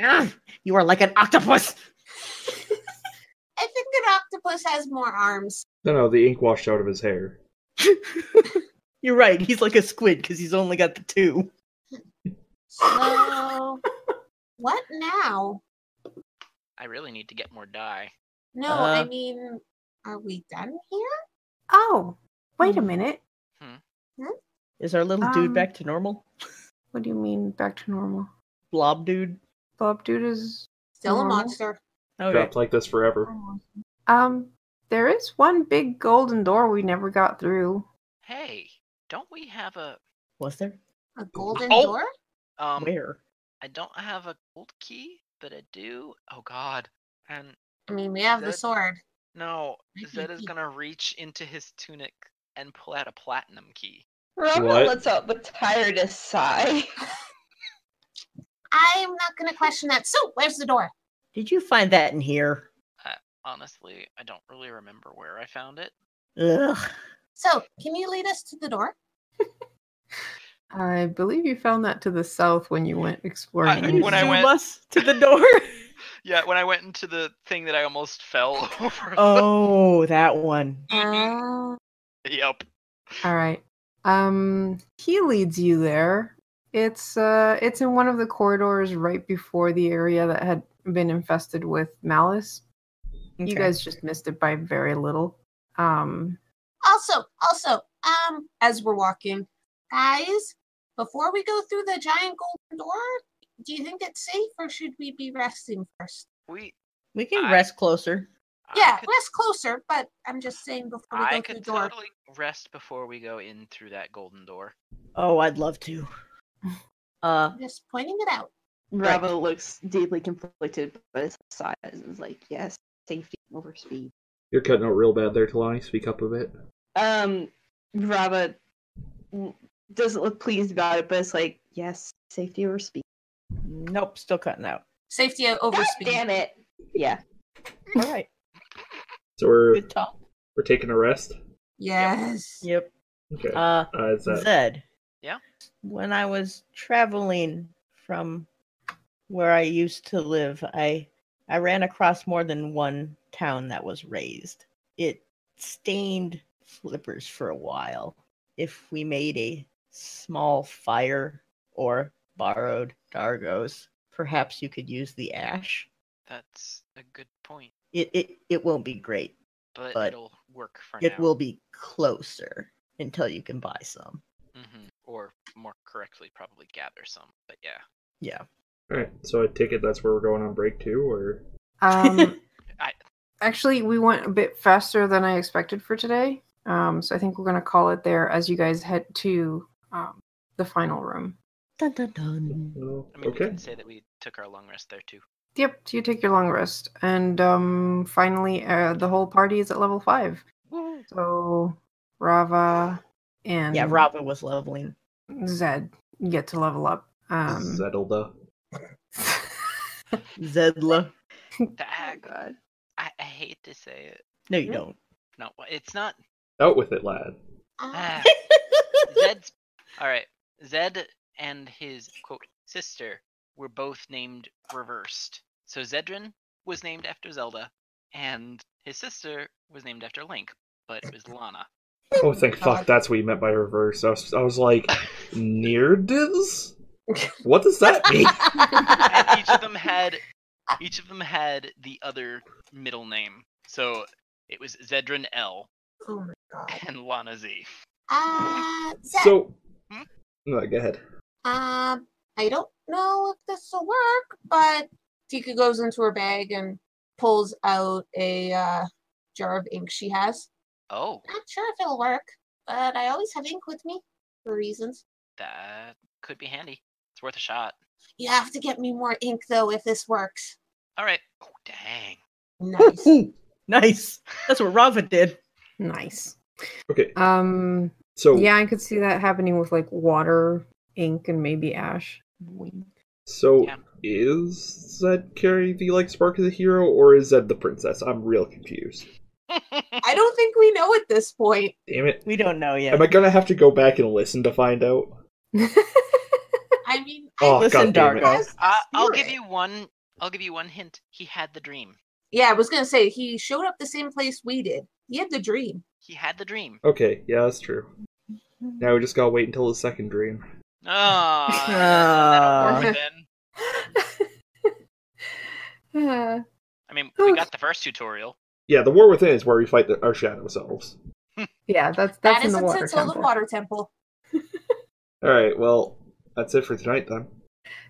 S3: Ah! you are like an octopus.
S4: I think an octopus has more arms.
S2: No, no, the ink washed out of his hair.
S3: You're right. He's like a squid because he's only got the two.
S4: So, what now?
S5: I really need to get more dye.
S4: No,
S3: Uh.
S4: I mean, are we done here?
S1: oh, wait a minute.
S3: Is our little
S1: Um,
S3: dude back to normal?
S1: What do you mean back to normal?
S3: Blob dude. Oh,
S1: Bob dude is
S4: Still a
S1: Normal.
S4: monster.
S3: Okay.
S2: Trapped like this forever.
S1: um there is one big golden door we never got through.
S5: Hey, don't we have a
S3: Was there?
S4: A golden
S5: Oh.
S4: door?
S5: um?
S3: Where?
S5: I don't have a gold key, but I do. Oh God! And
S4: I mean, we have the
S5: Zed-
S4: sword.
S5: No, Zed is gonna reach into his tunic and pull out a platinum key.
S6: Rob
S2: What?
S6: lets out the tiredest sigh.
S4: I'm not going to question that. So, where's the door?
S3: Did you find that in here?
S5: Honestly, I don't really remember where I found it.
S3: Ugh.
S4: So, can you lead us to the door?
S1: I believe you found that to the south when you went exploring.
S5: I- when I
S3: Zoom
S5: went-
S3: us to the door.
S5: Yeah, when I went into the thing that I almost fell over.
S3: oh, that one.
S5: Mm-hmm.
S4: Uh,
S5: Yep.
S1: All right. Um, he leads you there. It's uh, it's in one of the corridors right before the area that had been infested with malice. You
S3: Okay.
S1: guys just missed it by very little. Um,
S4: also, also, um, as we're walking, guys, before we go through the giant golden door, do you think it's safe or should we be resting first?
S5: We.
S3: we can
S5: I-
S3: rest closer.
S4: Yeah,
S5: I could,
S4: rest closer, but I'm just saying before we go
S5: I
S4: through the
S5: could
S4: door.
S5: totally rest before we go in through that golden door.
S3: Oh, I'd love to. Uh,
S4: I'm just pointing it out.
S3: Right.
S6: Rava looks deeply conflicted, but it's sighs and is like, yes, safety over speed.
S2: You're cutting out real bad there, Talani. Speak up a bit.
S6: Um, Rava mm, doesn't look pleased about it, but it's like, yes, safety over speed.
S3: nope, still cutting out.
S4: Safety over
S6: God
S4: speed.
S6: damn it! Yeah.
S3: All right.
S2: So we're
S3: Good talk.
S2: we're taking a rest.
S4: Yes.
S3: Yep.
S2: Okay. Uh,
S3: Uh,
S2: is that
S3: Zed.
S5: Yeah?
S3: When I was traveling from where I used to live, I I ran across more than one town that was razed. It stained flippers for a while. If we made a small fire or borrowed Dargos, perhaps you could use the ash.
S5: That's a good point,
S3: It it, it won't be great.
S5: but,
S3: But
S5: it'll work for now.
S3: It will be closer until you can buy some.
S5: hmm Or more correctly, probably gather some. But yeah,
S3: Yeah.
S2: all right? So I take it that's where we're going on break too, or
S1: um,
S5: I-
S1: actually, we went a bit faster than I expected for today. Um, so I think we're gonna call it there as you guys head to um, the final room.
S3: Dun dun dun.
S2: no?
S5: I mean, we
S2: okay.
S5: can say that we took our long rest there too.
S1: Yep, so you take your long rest, and um, finally, uh, the whole party is at level five. So Rava and
S5: Mm.
S3: Yeah, Robin was leveling.
S1: Zed get to level up. Um,
S2: Zettleda.
S3: Zedla.
S6: Oh,
S5: Dag,
S6: God.
S5: I, I hate to say it.
S3: No, you
S1: Hmm?
S3: don't.
S5: No, it's not.
S2: Out with it, lad.
S4: Ah,
S5: Ah, Zed's. All right. Zed and his quote sister were both named reversed. So Zedrin was named after Zelda, and his sister was named after Link, but it was Lana.
S2: Oh, thank fuck. That's what you meant by reverse. I was, I was like, Neardids? What does that
S4: Oh
S2: mean?
S5: and each of them had each of them had the other middle name. So it was Zedrin L
S4: oh my god.
S5: and Lana Z.
S4: Uh, Zach,
S2: so.
S5: Hmm?
S2: No, go ahead.
S4: um, I don't know if this will work, but Tika goes into her bag and pulls out a uh, jar of ink she has.
S5: Oh,
S4: Not sure if it'll work, but I always have ink with me for reasons.
S5: that could be handy. It's worth a shot.
S4: You have to get me more ink though if this works.
S5: All right. Oh, dang.
S4: Nice.
S3: nice. That's what Rava did.
S1: nice.
S2: Okay,
S1: Um,
S2: so
S1: yeah, I could see that happening with like water, ink, and maybe ash.
S2: so
S5: Yeah.
S2: is Zed carrying the like spark of the hero, or is Zed the princess? I'm real confused.
S4: I don't think we know at this point.
S2: Damn it!
S3: We don't know yet.
S2: Am I gonna have to go back and listen to find out?
S4: I mean, I
S2: Oh, God
S3: Listen,
S2: damn it.
S3: Dargo.
S4: has the
S5: I- Uh, I'll give
S4: spirit.
S5: you one. I'll give you one hint. He had the dream.
S4: Yeah, I was gonna say he showed up the same place we did. He had the dream.
S5: He had the dream.
S2: Okay, yeah, that's true. Now we just gotta wait until the second dream.
S5: Ah,
S1: Uh.
S5: then.
S1: Yeah.
S5: I mean, we
S1: Oof.
S5: got the first tutorial.
S2: Yeah, the war within is where we fight the, our shadow selves.
S1: yeah, that's that's
S4: That
S1: in
S4: is
S1: the water
S4: until the
S1: temple.
S4: water temple.
S2: All right, well, that's it for tonight then.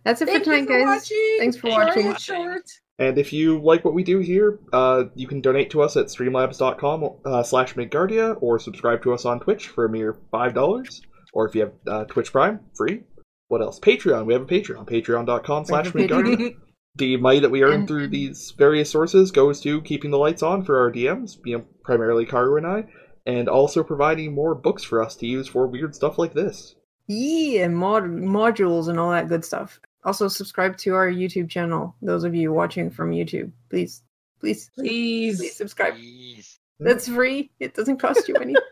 S1: That's it for
S4: Thank you
S1: tonight,
S4: for
S1: guys.
S4: watching.
S1: Thanks for
S5: Thank you.
S1: watching.
S5: watching.
S2: And if you like what we do here, uh, you can donate to us at streamlabs.com uh, slash midgardia or subscribe to us on Twitch for a mere $5. Or if you have uh, Twitch Prime, free. What else? Patreon. We have a Patreon. Patreon.com slash
S1: We have a
S2: midgardia. The money that we earn
S1: And-
S2: through these various sources goes to keeping the lights on for our DMs, you know, primarily Karu and I, and also providing more books for us to use for weird stuff like this.
S1: Yeah, mod- modules and all that good stuff. Also, subscribe to our YouTube channel. Those of you watching from YouTube, please, please, please
S4: Please.
S1: subscribe.
S5: Jeez.
S1: That's free. It doesn't cost you anything.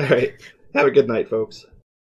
S2: All right. Have a good night, folks.